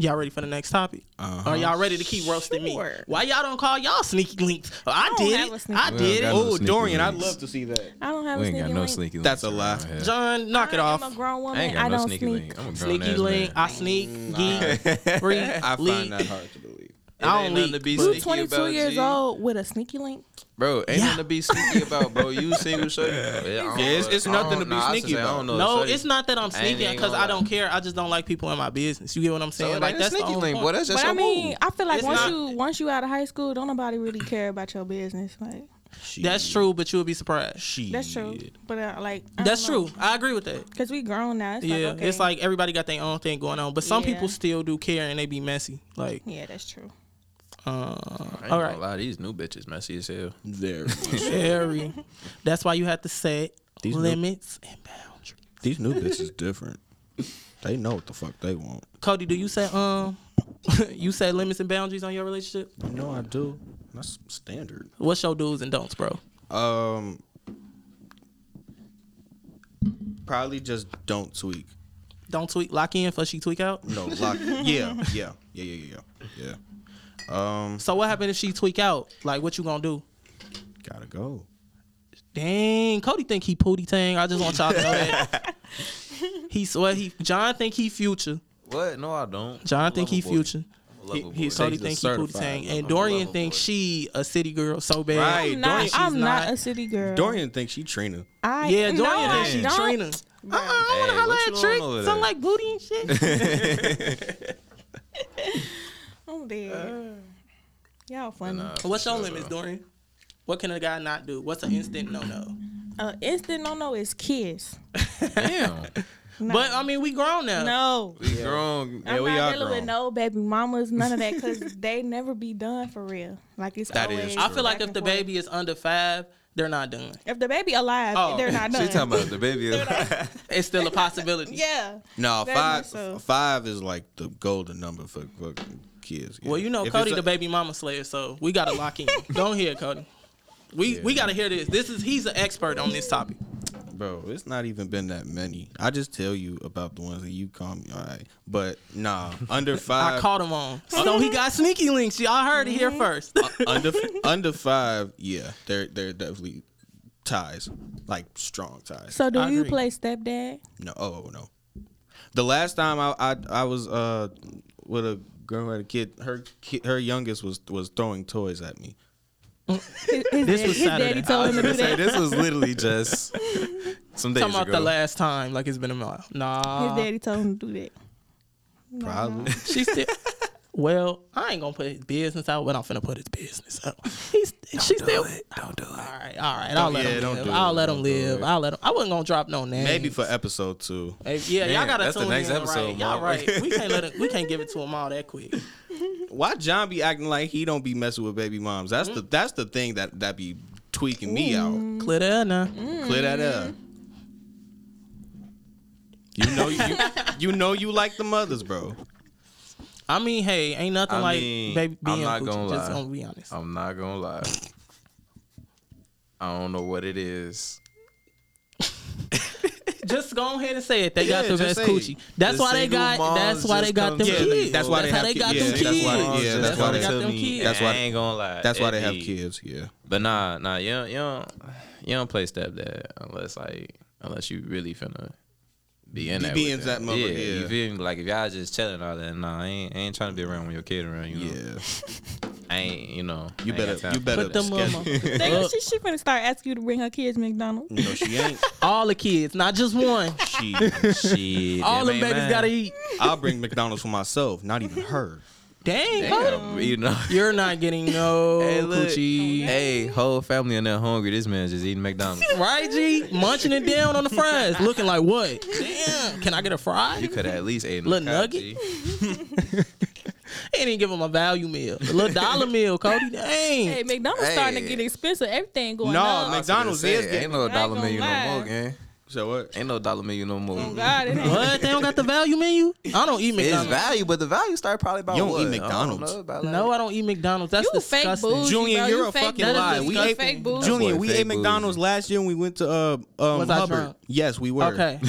A: Y'all ready for the next topic?
C: Uh-huh.
A: Are y'all ready to keep roasting me?
B: Sure.
A: Why y'all don't call y'all sneaky links? Oh, I,
B: don't
A: did
B: have a
A: it.
B: sneaky
A: I
D: link.
A: did it.
D: Well,
C: Oh,
D: Sneaky
C: Dorian, I'd
D: links.
C: love to see [LAUGHS] that.
B: I don't have a
D: We ain't
B: sneaky
D: got no
B: link.
D: sneaky links.
C: That's a lie.
D: around here.
A: Oh, John, knock it
B: I
A: off.
B: am a grown woman.
D: I
B: I,
D: ain't got no
B: don't
D: sneaky
B: sneak.
D: link. I'm a grown
A: Sneaky
D: ass
A: link.
D: Man. Mm,
A: I sneak, geek,
D: [LAUGHS]
A: free,
C: I find
A: leak.
C: that hard to believe.
A: I
D: ain't
A: don't
D: nothing to
A: leak,
D: be
A: but-
D: sneaky
B: You 22
D: about,
B: years
D: G.
B: old with a sneaky link?
D: Bro, ain't
A: Yeah.
D: nothing to be sneaky about, bro. You single, shorty. Yeah, I don't
C: Yeah, it's-
D: know.
C: it's
D: I don't-
C: nothing to be
D: nah, I should
C: sneaky
D: say, I
C: about.
D: don't know,
A: No,
D: shorty.
A: it's not that I'm
D: I ain't
A: sneaking
D: even
A: because
D: gonna
A: I don't
D: lie.
A: care. I just don't like people in my business. You get what I'm
D: So
A: saying?
D: it
A: like
D: ain't a
A: that's the
D: sneaky
A: only
D: link,
A: point.
D: boy. That's just
B: But I
D: your
B: mean,
D: move.
B: I feel like
A: It's
B: once
A: not-
B: you once you out of high school, don't nobody really care about your business. Like
A: That's true, but you'll be surprised.
C: She.
B: that's true. But uh, like
A: That's true. I agree with that.
B: Because we grown now. It's
A: yeah,
B: like, okay.
A: it's like everybody got their own thing going on, but some
B: Yeah.
A: people still do care and they be messy. Like,
B: yeah, that's true.
A: uh,
D: I ain't
A: all
D: gonna
A: right,
D: lie, these new bitches messy as hell.
C: There. [LAUGHS]
A: very. That's why you have to set
C: These new-
A: limits and boundaries.
C: These new bitches different. They know what the fuck they want.
A: [LAUGHS] Cody, do you set um, you set limits and boundaries on your relationship?
C: You know I do. That's standard.
A: What's your do's and don'ts, bro?
C: Um, probably just don't tweak.
A: Don't tweak, lock in for she tweak out.
C: No, lock. yeah, yeah, yeah, yeah, yeah, yeah. Yeah.
D: Mm.
C: Um,
A: So what happened if she tweak out? Like what you gonna do?
C: gotta go.
A: Dang, Cody think he pooty tang. I just want y'all to know that.
B: [LAUGHS]
A: he swear he John think he future.
D: What? No, I don't.
A: John
D: I'm a
A: think he
D: lover boy.
A: future.
D: I'm a lover boy.
A: Cody think he pooty tang.
D: I'm
A: And
D: a
A: Dorian
D: lover
A: thinks
D: boy.
A: she a city girl so bad.
C: Right. Hey,
B: I'm not.
A: Dorian, she's
B: I'm not
A: not-
B: a city girl.
C: Dorian thinks she Trina.
B: I,
A: Yeah, Dorian
B: no, I
A: thinks she
B: don't.
A: Trina. Uh-uh, I
D: Hey,
A: wanna
D: what you
A: holla
D: on
A: at Trick.
D: over
A: Something
D: there?
A: like booty and shit. [LAUGHS]
B: I'm dead.
A: Uh.
B: Y'all funny.
D: Nah,
A: What's your
D: for
A: limits,
D: sure.
A: Dorian? What can a guy not do? What's an instant no no?
B: Uh, instant no no is kiss. [LAUGHS]
D: Damn.
B: No.
A: But I mean, we grown now.
B: no.
D: We grown. Yeah,
B: I'm
D: we
B: not
D: are
B: dealing with
D: grown.
B: no baby mamas, none of that, because [LAUGHS] they never be done for real. Like it's
C: That is
B: always.
C: true.
A: I feel like
B: back
A: if
B: and
A: the
B: forth.
A: baby is under five, they're not done.
B: if the baby alive,
A: Oh,
B: they're not done.
D: She talking about the [LAUGHS] baby.
C: [LAUGHS]
A: It's still a
B: [LAUGHS]
A: possibility.
B: yeah.
C: No,
B: Very
C: five.
B: much so.
C: f- Five is like the golden number for, for kids. yeah.
A: Well, you know,
C: If
A: Cody
C: it's a-
A: the baby mama slayer, so we gotta lock in.
C: [LAUGHS]
A: Don't hear Cody. We we gotta hear this. This is he's an expert on this topic.
C: Bro, it's not even been that many. I just tell you about the ones that you call me. All right, but
A: [LAUGHS]
C: nah, under five.
A: I caught him on. So he got sneaky links. Y'all heard it here first.
C: Oh, under under five, yeah, they're they're definitely ties, like strong ties.
B: So do
A: I
B: you
A: agree.
B: play [LAUGHS] stepdad?
C: no, oh no. The last time I I, I was uh with a girl who had a kid, her kid, her youngest was was throwing toys at me.
B: His, his
A: This
B: dad-
A: was
B: his
A: Saturday.
B: daddy told him to do
C: Say,
B: that.
C: this was literally just
D: Some days
A: Talking about
D: ago.
A: the last time, like it's been a while.
B: His
A: Nah,
B: daddy told him to do that.
C: probably.
A: she still. Well, I ain't gonna put his business out, but I'm finna put his business out. He's she still. Don't do it. All right, all right. I'll
C: Don't-
A: let
C: yeah,
A: him
C: don't
A: live.
C: do it.
A: I'll let him
C: Don't do
A: live.
C: it.
A: I'll let him. I wasn't gonna drop no name.
C: Maybe for episode two.
A: Hey, yeah, y'all
D: Man,
A: gotta
D: that's the
A: tune
D: next
A: in, right?
D: episode,
A: Y'all
D: Mom.
A: right. We
C: [LAUGHS]
A: can't let it, we can't give it to him all that quick.
C: Why John be acting like he don't be messing with baby moms? That's the that's the thing that that be tweaking me out.
A: Mm-hmm. Clear that now.
D: Mm-hmm.
C: Clear that up. You know you you know you like the mothers, bro.
A: I mean, hey, ain't nothing
D: I
A: like
D: mean,
A: baby
D: I'm
A: being
D: not
A: coochie,
D: gonna
A: Just
D: lie.
A: gonna be honest.
D: I'm not gonna lie. I don't know what it is.
A: Just go ahead and say it. They got
C: Yeah,
A: the
C: just
A: best
C: say it.
A: coochie. That's
D: The
A: why they
D: single
A: got.
D: moms
A: That's why they
D: just
A: got
D: come
A: them
D: to- Yeah,
A: kids.
C: that's why they
A: how
C: have
A: they
C: ki-
A: got
C: yeah,
A: them
C: that's why they-
A: kids.
C: yeah, that's why they-
A: got
D: tell
A: them
D: me-
A: kids.
C: That's why
D: I
C: they-
D: ain't gonna lie.
C: That's why they
D: It
C: have
D: be-
C: kids. Yeah.
D: But nah, nah, you don't, you don't, you don't play stepdad unless like unless you really finna be in
C: Be-
D: that.
C: be
D: with
C: in
D: them.
C: that mother, yeah.
D: you feel me? Like if y'all just chilling all that, nah, I ain't, I ain't trying to be around when your kid around. You know,
C: Yeah.
D: I ain't, you know,
C: You
D: I ain't got
C: better
D: time
C: you
D: for
C: better
A: Put them
C: schedule.
B: Nigga, she, she finna start asking you to bring her kids McDonald's.
C: No, she ain't.
A: All the kids, not just
D: [LAUGHS]
A: one.
C: She
D: that.
A: [LAUGHS]
D: Shit,
A: All
D: them
A: them
D: ain't
A: babies
D: mine.
A: gotta eat.
C: [LAUGHS] I'll bring McDonald's for myself, not even her.
A: Dang, Cody.
D: Damn, you know.
A: you're not getting no
D: [LAUGHS] Hey, look.
A: coochie.
D: Hey, whole family in there hungry. This man just eating McDonald's.
A: Right, G? Munching it down on the fries, looking like what? Damn, can I get a fry?
D: You could at least ate a
A: Little nugget? They didn't give him a value meal. A little dollar meal, Cody. Dang.
B: Hey, McDonald's
D: Hey.
B: starting to get expensive. Everything going
C: No,
B: up.
C: man. McDonald's is
D: ain't
C: getting-
D: no
B: ain't
D: dollar
B: gonna
D: menu no
B: lie.
D: more, gang.
C: So what?
D: Ain't no dollar menu no more.
B: Oh, God, it ain't.
A: What? They don't got the value menu? I don't eat
D: It's
A: McDonald's.
D: value, but the value start probably about
C: You don't eat
D: what? I
C: McDonald's.
D: know, about like-
A: No, I
C: [LAUGHS]
A: don't eat McDonald's. That's
B: you fake
A: disgusting.
B: bougie,
C: Junior,
B: bro.
C: you're
B: you
C: a
B: fake
C: fucking
B: bougie.
C: liar. We
B: You
A: ate-
B: fake bougie.
D: Junior, we ate McDonald's
C: last year and we went to uh um
A: Was I Hubbard. drunk?
C: Yes, we were.
A: Okay.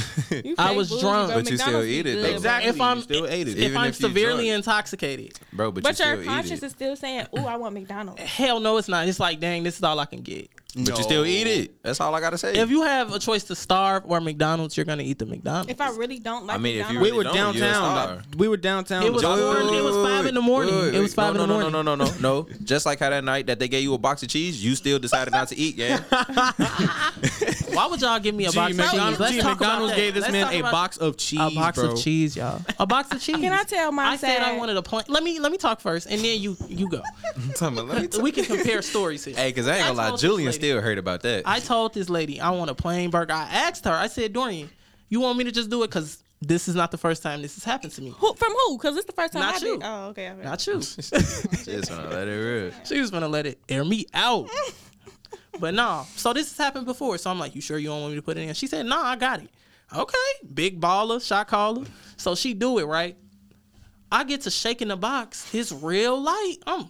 B: You
A: I
B: fake
A: was
B: bougie,
A: drunk.
B: bro.
D: But you still
B: McDonald's
D: eat
B: be
D: it,
B: good,
D: though.
B: bro.
C: Exactly.
A: If
C: you
A: I'm-
C: still ate it.
A: if
D: Even
A: I'm
D: if you
A: severely
D: drunk.
A: intoxicated,
D: [LAUGHS] bro. But,
B: But
D: you
B: your
D: still
B: conscience
D: eat it.
B: is still saying, "Ooh, I want
A: [LAUGHS]
B: McDonald's."
A: hell no, it's not. It's like, dang, this is all I can get.
D: But you still eat it. That's all I gotta say.
A: If you have a choice to starve or McDonald's, you're gonna eat the McDonald's.
B: If I really don't like
D: I mean, if
B: McDonald's,
D: you
C: We
D: really
C: were
D: don't, you're a
C: downtown.
D: star.
C: like, We were downtown.
A: It was
C: Joe-
A: Wait, wait, wait, it was five in the morning. It was five
D: no,
A: in the
D: no, No,
A: morning.
D: no, no, no, no,
A: [LAUGHS]
D: no. Just like how that night that they gave you a box of cheese, you still decided not to eat,
A: [LAUGHS]
D: gang.
A: Why would y'all give me a
C: Gee,
A: box of cheese?
C: McDonald's,
A: Let's
C: gee,
A: talk
C: McDonald's
A: about that.
C: gave this
A: Let's talk
C: man a
A: about-
C: box of cheese.
A: A box
C: bro.
A: of cheese, y'all. A box of cheese.
B: can I tell my
A: I said I
B: side?
A: wanted a plane. Let me let me talk first, and then you you go.
D: Tell me, let me
A: [LAUGHS]
D: tell-
A: we can compare stories here.
D: Hey, cause I ain't gonna
A: I
D: lie,
A: told
D: Julian
A: this lady-
D: still heard about that.
F: [LAUGHS]
A: I told this lady I want a plain burger. I asked her. I said, Dorian, you want me to just do it? Because this is not the first time this has happened to me.
B: who, from who? Because it's the first time
A: Not
B: I
A: you.
B: did. Oh, okay. okay.
A: Not you.
D: Just wanna let
A: [LAUGHS]
D: it rip.
A: She was gonna let it air me out. But no, so this has happened before. So I'm like, you sure you don't want me to put it in? She said, nah, I got it. Okay, big baller, shot caller. So she do it right. I get to shaking the box. It's real light. Um,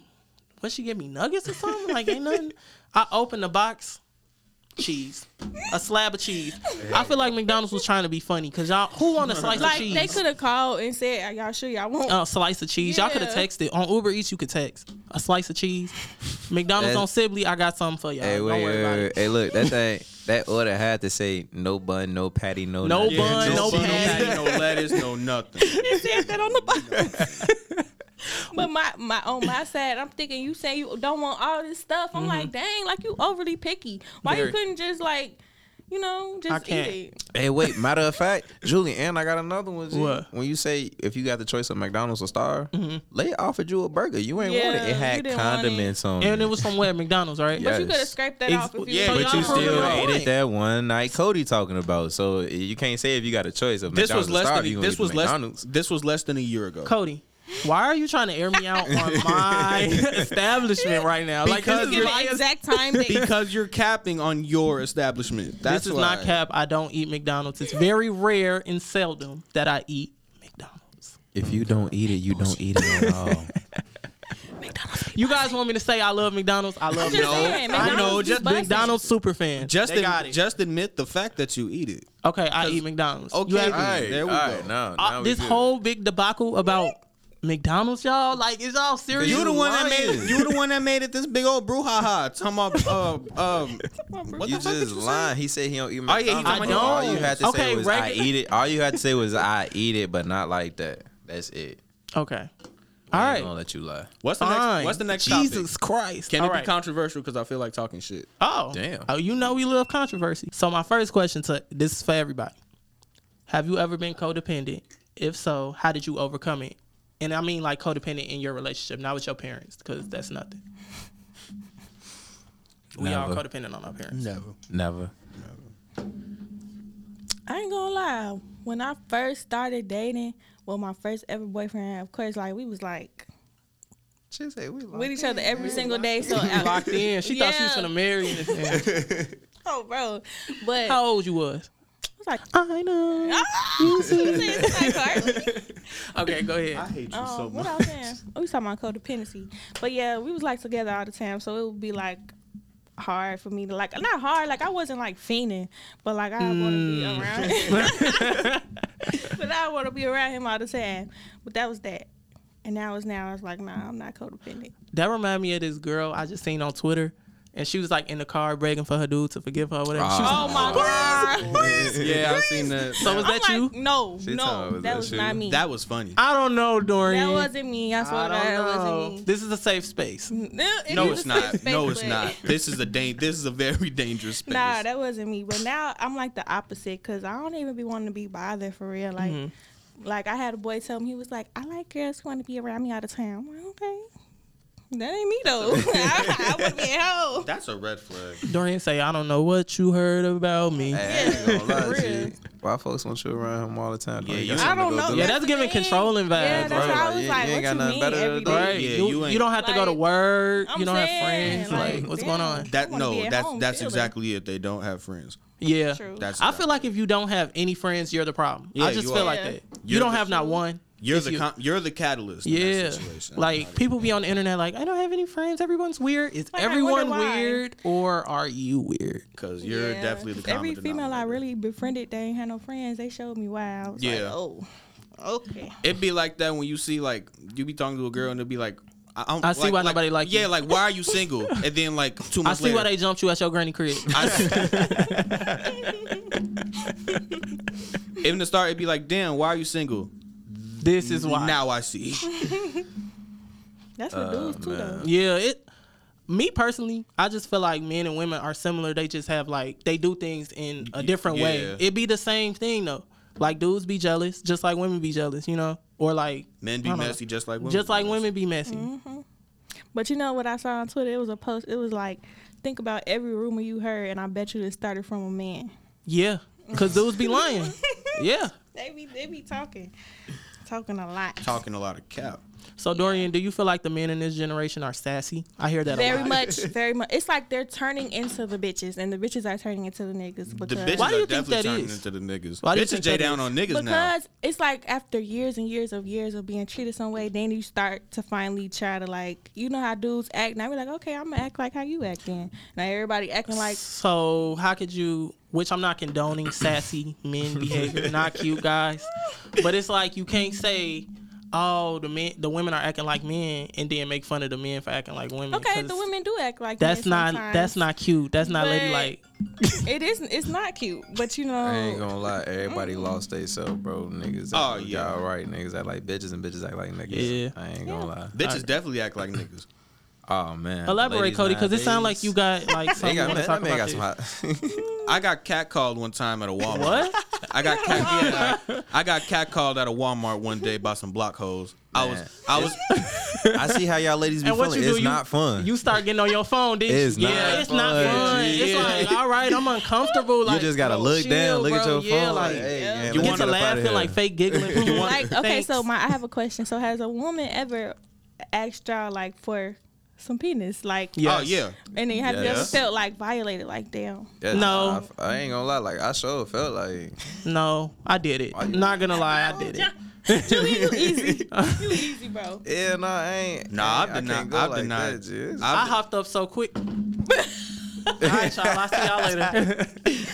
A: what she give me nuggets or something? Like ain't nothing. I opened the box, cheese, a slab of cheese. I feel like McDonald's was trying to be funny because y'all who want a slice of
B: Like
A: cheese?
B: they could have called and said, "Are y'all sure y'all want?" [LAUGHS]
A: uh, slice of cheese. Y'all could have
B: Yeah.
A: texted on Uber Eats. You could text a slice of cheese. McDonald's
F: That's-
A: on Sibley. I got something for y'all.
F: Hey,
A: Don't
F: wait,
A: worry
F: wait,
A: about
F: wait,
A: it.
F: hey, look,
A: [LAUGHS]
F: that thing, that order had to say no bun, no patty, no
A: No
F: nothing.
A: bun,
C: Yeah,
A: no
C: cheese,
A: patty.
C: no lettuce, [LAUGHS] no nothing.
B: It said that on the box.
A: [LAUGHS]
B: [LAUGHS] but my my on my side, I'm thinking you say you don't want all this stuff. I'm
A: Mm-hmm.
B: like, dang, like you overly picky. Why
A: Very.
B: you couldn't just like, you know, just eat
A: can't.
B: it?
F: [LAUGHS] Hey, wait, matter of fact, Julie, and I got another one. G.
A: What? Mm-hmm.
F: When you say if you got the choice of McDonald's or Star, they offered you a burger. You ain't want
B: Yeah,
F: it. It
B: you
F: had
B: didn't want it.
F: condiments on
A: And it was from where McDonald's, right?
F: Yeah.
B: But you
F: Yes.
B: could have scraped that
A: Ex-
B: off if you.
A: yeah,
B: so
F: But
A: but y'all
F: you
A: proved
F: still
A: your
F: ate
A: point.
F: it that one night Cody talking about. So you can't say if you got a choice of
C: This
F: McDonald's
C: was
F: or
C: less
F: Star, you
C: than
F: gonna
C: this
F: get the
C: was less
F: McDonald's.
C: this was less than a year ago.
A: Cody, why are you trying to air me out on my establishment right now? Like this
C: Because
A: is
B: Give
A: my-
B: it exact time.
A: [LAUGHS]
B: That,
C: [LAUGHS] because you're capping on your establishment. That's
A: this is
C: why.
A: not cap. I don't eat McDonald's. It's very rare and seldom that I eat McDonald's.
F: If you don't eat it, you don't eat it at
A: [LAUGHS]
F: all.
A: You guys want me to say I love McDonald's? I love
B: I'm just
A: McDonald's.
B: saying,
A: I
B: McDonald's
A: know,
B: be
A: just
B: busting.
A: McDonald's super fan.
C: Just
A: They
C: ad-
A: got it.
C: just admit the fact that you eat it.
A: okay, I eat McDonald's. You
C: okay,
A: happy?
C: all right, there we
F: all
C: go.
F: right, Now,
A: Uh,
F: now we
A: this
F: good.
A: whole big debacle about McDonald's, y'all. Like, is y'all serious?
C: You the one that
F: lying.
C: made it. You the one that made it this big old brouhaha. Talking about [LAUGHS] uh, um,
F: You just lying. He said he don't
A: Oh,
F: eat
C: yeah, he
F: McDonald's.
C: talking
F: but
A: about
F: All you had to
A: Okay,
F: say was I
A: regular-
F: eat it. All you had to say was I eat it, but not like that. That's it.
A: Okay.
F: We
A: All
F: ain't
A: right.
F: Gonna let you lie.
C: what's the
A: Fine.
C: next? What's the next
A: Jesus
C: topic?
A: Christ.
C: Can
A: All
C: it
A: right.
C: be controversial? Because I feel like talking shit.
A: Oh.
F: Damn.
A: Oh, you know we love controversy. So my first question to this is for everybody. Have you ever been codependent? If so, how did you overcome it? And I mean like codependent in your relationship, not with your parents, because that's nothing. We all
F: Never.
A: codependent on our parents.
C: Never.
F: Never.
B: I ain't gonna lie. When I first started dating, well, my first ever boyfriend, of course, like we was like
F: She said we
B: with each other every single day. So I,
A: Locked in. She thought she was
B: Yeah.
A: gonna marry this man.
B: [LAUGHS] oh, bro, but [LAUGHS]
A: How old you was?
B: I was like,
A: I know.
B: ah, [LAUGHS] you see what I'm saying? It's like, Carly.
A: Okay, go ahead.
C: I hate you
B: Um,
C: so
B: what
C: much.
B: I was saying? Oh, we talking about codependency, but yeah, we was like together all the time, so it would be like hard for me to like not hard like I wasn't like fiending, but like I want to be
A: Mm.
B: around.
A: [LAUGHS]
B: [LAUGHS] him. but I want to be around him all the time. But that was that, and now it's now. I was like, nah, I'm not codependent.
A: That remind me of this girl I just seen on Twitter. And she was like in the car begging for her dude to forgive her or whatever. She was
B: Oh my god!
C: yeah, I seen that.
A: So was that
B: I'm
A: you?
B: like, no,
F: She
B: no,
F: told me
B: that
F: that
B: was
F: she-
B: not me. That,
C: that was funny.
A: I don't know, Dorian.
B: wasn't me. I swear
A: I
B: to
A: don't
B: God, that
A: know.
B: wasn't me.
A: This is a safe space.
B: It
C: No,
B: was
C: it's
B: a safe
C: not.
B: space,
C: No, it's
B: but-
C: not. This is a dang. This is a very dangerous space.
B: Nah, that wasn't me. But now I'm like the opposite because I don't even be wanting to be bothered for real. Like, like I had a boy tell me he was like, "I like girls who want to be around me all the time." I'm like, okay, that ain't me [LAUGHS] though. I, I would be at home.
C: That's a red flag.
A: Dorian say, I don't know what you heard about me.
B: real.
F: Why folks want you around him all the time?
C: Yeah,
F: Dog?
C: you-
F: got
B: I don't
F: something to go
B: know.
F: do?
A: Yeah, that's giving
B: the thing.
A: controlling vibes,
B: Yeah, that's
F: right?
B: why I was
F: Like,
B: like,
F: you ain't got
B: "What
F: nothing
B: you mean
F: better to
B: every
F: do.
B: day?"
A: Right.
C: Yeah,
A: you,
C: you
A: you
C: ain't-
A: don't have to go to
B: Like,
A: work.
B: I'm
A: you don't
B: saying,
A: have friends. Like,
B: like,
A: what's going
B: damn.
A: on?
C: That
B: I wanna be
C: no,
B: at
C: that's
B: home
C: that's
B: chilling.
C: exactly it. They don't have friends.
A: Yeah.
B: True.
C: That's
A: I feel like if you don't have any friends, you're the problem. I
C: Yeah,
A: just
C: you
A: feel
C: are.
A: like
B: Yeah.
A: that. You
C: You're
A: don't
C: the-
A: have not one.
C: you're
A: It's
C: the
A: you.
C: con- you're the catalyst. in
A: Yeah.
C: that situation.
A: Like people be on the internet like, I don't have any friends. Everyone's weird. Is
B: Like, I wonder
A: everyone
B: why.
A: weird or are you weird?
C: because you're
B: Yeah.
C: definitely the common
B: every female I
C: denominator.
B: really befriended. They ain't had no friends. They showed me why. I was like,
C: Yeah.
B: oh, okay.
C: It'd be like that when you see like you be talking to a girl and it'd be like, I, don't,
A: I see
C: like-
A: why
C: like-
A: nobody like
C: Yeah,
A: you.
C: like why are you single? And then like two
A: I
C: months
A: see why
C: later,
A: they jumped you at your granny
C: [LAUGHS]
A: crib. [LAUGHS]
C: I see In the start, it'd be like, damn, why are you single?
A: this is why.
C: Now I see.
B: That's what
C: Oh,
B: dudes too though.
A: Yeah, it. Me personally, I just feel like men and women are similar. They just have like they do things in a different way.
C: yeah.
A: It be the same thing though. Like dudes be jealous, just like women be jealous, you know, or like
C: Men be
A: I don't know.
C: messy just like women.
A: just
C: be
A: like
C: messy.
A: women be messy.
B: Mm-hmm. But you know what I saw on Twitter? It was a post. It was like, think about every rumor you heard, and I bet you it started from a
C: [LAUGHS]
B: man.
A: Yeah, cause dudes be
B: [LAUGHS]
A: lying. yeah,
B: They be they be talking, talking a lot.
C: talking a lot of cap.
A: So Dorian, do you feel like the men in this generation are sassy? I hear that a
B: Very
A: lot.
B: much, very much. It's like they're turning into the bitches, and the bitches are turning into the niggas
C: The
B: because
C: bitches
A: Why do you
C: are
A: think
C: definitely
A: that
C: turning
A: is?
C: into the niggas.
A: Why do you
C: bitches
A: think
C: they
A: that is?
C: down on niggas now.
B: because it's like after years and years of years of being treated some way, then you start to finally try to like, you know how dudes act. Now we're like, okay, I'm gonna act like how you acting. Now everybody
A: [SIGHS]
B: acting like
A: So how could you? Which I'm not condoning sassy men
B: [LAUGHS]
A: behavior, not cute guys, but it's like you can't say, "Oh, the men, the women are acting like men," and then make fun of the men for acting like women.
B: Okay,
A: 'cause
B: the women do act like
A: That's
B: men
A: not.
B: sometimes.
A: That's not cute. That's not
B: But-
A: ladylike.
B: It isn't. It's not cute, but you
D: I ain't
B: know,
D: gonna lie, everybody lost they self, bro. Niggas,
C: Oh,
D: oh
C: yeah.
D: yeah, all right. Niggas act like bitches and bitches act like niggas.
A: Yeah.
D: I ain't gonna lie.
C: Bitches definitely act like niggas.
D: Oh man,
A: Elaborate,
D: Ladies
A: Cody, because it sounds like
D: nowadays-
A: you
B: [LAUGHS]
A: got like
D: They
A: something
D: got,
A: you wanna
D: that,
A: talk
D: man got
A: about.
D: some
A: this.
D: hot.
C: I got catcalled one time at a Walmart.
A: What? [LAUGHS]
C: I got cat. yeah, I, I got catcalled at a Walmart one day by some block hoes. I
D: Man.
C: was, I
A: [LAUGHS]
C: was,
F: [LAUGHS] I see how y'all ladies be
A: And what
F: feeling.
A: you do?
F: It's
A: you,
F: not fun.
A: You start getting on your phone, did
F: It's
A: you?
F: not
A: yeah, it's not
F: fun.
A: fun.
F: Yeah.
A: It's like, all right, I'm uncomfortable. Like,
F: you just gotta
A: bro,
F: look
A: chill,
F: down, look at
A: bro.
F: your
A: Yeah,
F: phone. Like,
A: like,
F: hey,
B: yeah.
F: man,
A: you
F: let me
A: want to
F: get up
A: laugh
F: outta
A: and like
F: here.
A: fake giggling. [LAUGHS]
B: like okay.
A: Thanks.
B: So my, I have a question. So has a woman ever asked y'all like for some penis, like,
A: Yes.
C: oh yeah,
B: and then have you ever
D: Yes.
B: felt like violated, like, damn,
D: Yeah,
A: No.
D: I, I ain't gonna lie. Like I sure felt like
A: No, I did it.
D: you-
A: Not gonna lie, I did it.
B: Julie, you easy, you easy, bro.
D: yeah, no, I ain't.
C: Nah,
D: I,
C: I've
D: ain't- I
C: been
D: can't
C: not- I've
D: go
C: been
D: like
C: not-
D: that, Jizz.
A: I hopped up so
C: [LAUGHS]
A: quick. all right, y'all. I'll see y'all later.
D: [LAUGHS]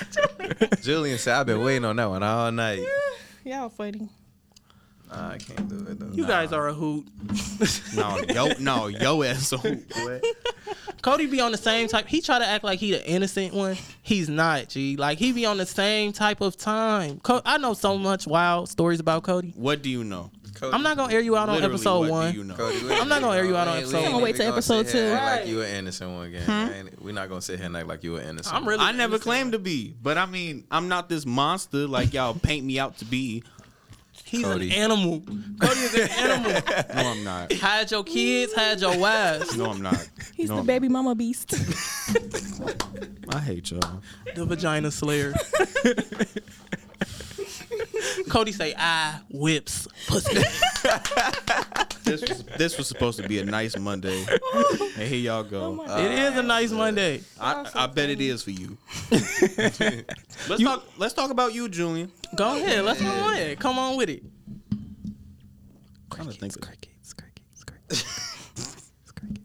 D: Julian said I've been waiting on that one all night.
B: Y'all funny.
D: Nah, I can't do it though.
A: You guys
D: [LAUGHS]
A: are a hoot.
C: no, yo, no, yo ass. a hoot, boy.
A: Cody be on the same type. He try to act like he the innocent one. He's not, G. Like he be on the same type of time. Co- I know so much wild stories about Cody.
C: [LAUGHS] What do you know?
A: [LAUGHS]
D: Cody,
A: I'm not gonna air you out on
C: Literally,
A: episode
C: what
A: one.
C: Do you know?
D: Cody, we ain't
A: I'm not gonna air you out on
D: we ain't- we
A: episode
D: ain't
A: one.
B: Wait till
D: even gonna
B: episode
D: sit here and act
A: two.
D: Like you were innocent one game. We're not gonna sit here and act like you were innocent.
A: I'm really.
C: I never
A: innocent.
C: claimed to be, but I mean, I'm not this monster like y'all paint me out to be.
A: He's
D: Cody.
A: an animal. Cody is
C: [LAUGHS]
A: an animal.
C: No, I'm not.
A: hide your kids. Hide your wives.
C: No, I'm not.
B: [LAUGHS] He's
C: no,
B: the
C: I'm
B: baby mama beast.
C: not. I hate y'all.
A: The vagina
C: [LAUGHS]
A: slayer. Cody say, "I whips pussy."
C: This was, this was supposed to be a nice Monday,
B: [LAUGHS]
C: and here y'all
B: Oh
C: go. Uh,
A: it is a nice Monday.
C: I, I bet it is
B: [LAUGHS]
C: for you. let's talk. Let's talk about you, Julian.
A: Go ahead. Let's go on. Come on with it.
C: Crickets,
A: crickets, crickets, crickets.
B: [LAUGHS]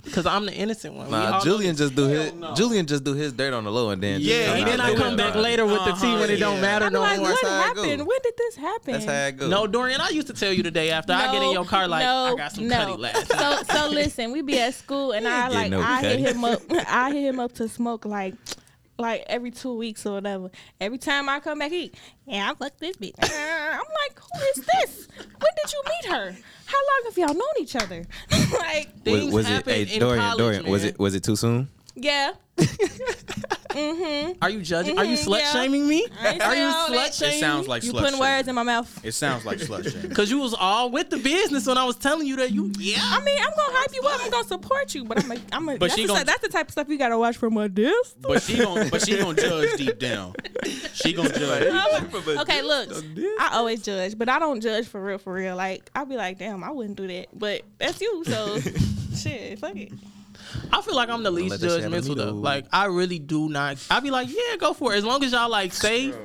A: Because I'm the innocent one. We
D: Nah,
A: all-
D: Julian just do his.
C: no.
D: Julian just do his dirt on the low and then.
C: Yeah,
D: just
A: and then
D: out
A: I
D: with
A: come
D: it.
A: back later with
B: Uh-huh.
A: the tea when it don't
D: yeah.
A: matter
B: I'm
A: no
B: like,
A: more.
B: what
D: how it
B: happened?
D: go.
B: When did this happen?
D: That's how it goes.
A: No, Dorian, I used to tell you the day after I get in your car like I
B: no,
A: got some
B: no.
A: cutty last. night."
B: So
A: [LAUGHS]
B: so listen, we be at school and I
D: ain't
B: like
D: getting no
B: I hit
D: cutty.
B: him up [LAUGHS] I hit him up to smoke like like every two weeks or whatever. Every time I come back, he yeah I fucked this bitch. [LAUGHS] Uh, I'm like, who is this? When did you meet her? How long have y'all known each other? [LAUGHS] like
A: Things
F: Was, was it
A: happen
F: hey,
A: in
F: Dorian?
A: college,
F: Dorian, was
A: man.
F: it was it too soon?
B: yeah.
A: Are you judging? Are you
B: Mhm,
A: slut
B: yeah.
A: shaming me?
B: I ain't
A: Are
B: say
A: you
B: all that.
A: slut shaming?
C: It sounds like
B: You
C: slut
B: putting
C: shaming.
B: words in my mouth.
C: It sounds like slut shaming.
A: Cause you was all with the business when I was telling you that you. Yeah.
B: I mean, I'm gonna hype you up. I'm gonna support you, but I'm a, I'm a,
A: But
B: that's,
A: she
B: the,
A: gonna-
B: that's the type of stuff you gotta watch from a distance. [LAUGHS]
C: But she gon' but she gonna judge deep down. She gonna judge.
B: okay, look, I always judge, but I don't judge for real, for real. Like I'll be like, damn, I wouldn't do that, but that's you, so shit, fuck it.
A: I feel like I'm the least
F: let that shit happen to
A: judgmental
F: me,
A: though.
F: though.
A: Like I really do not. I be like, yeah, go for it. As long as y'all like safe.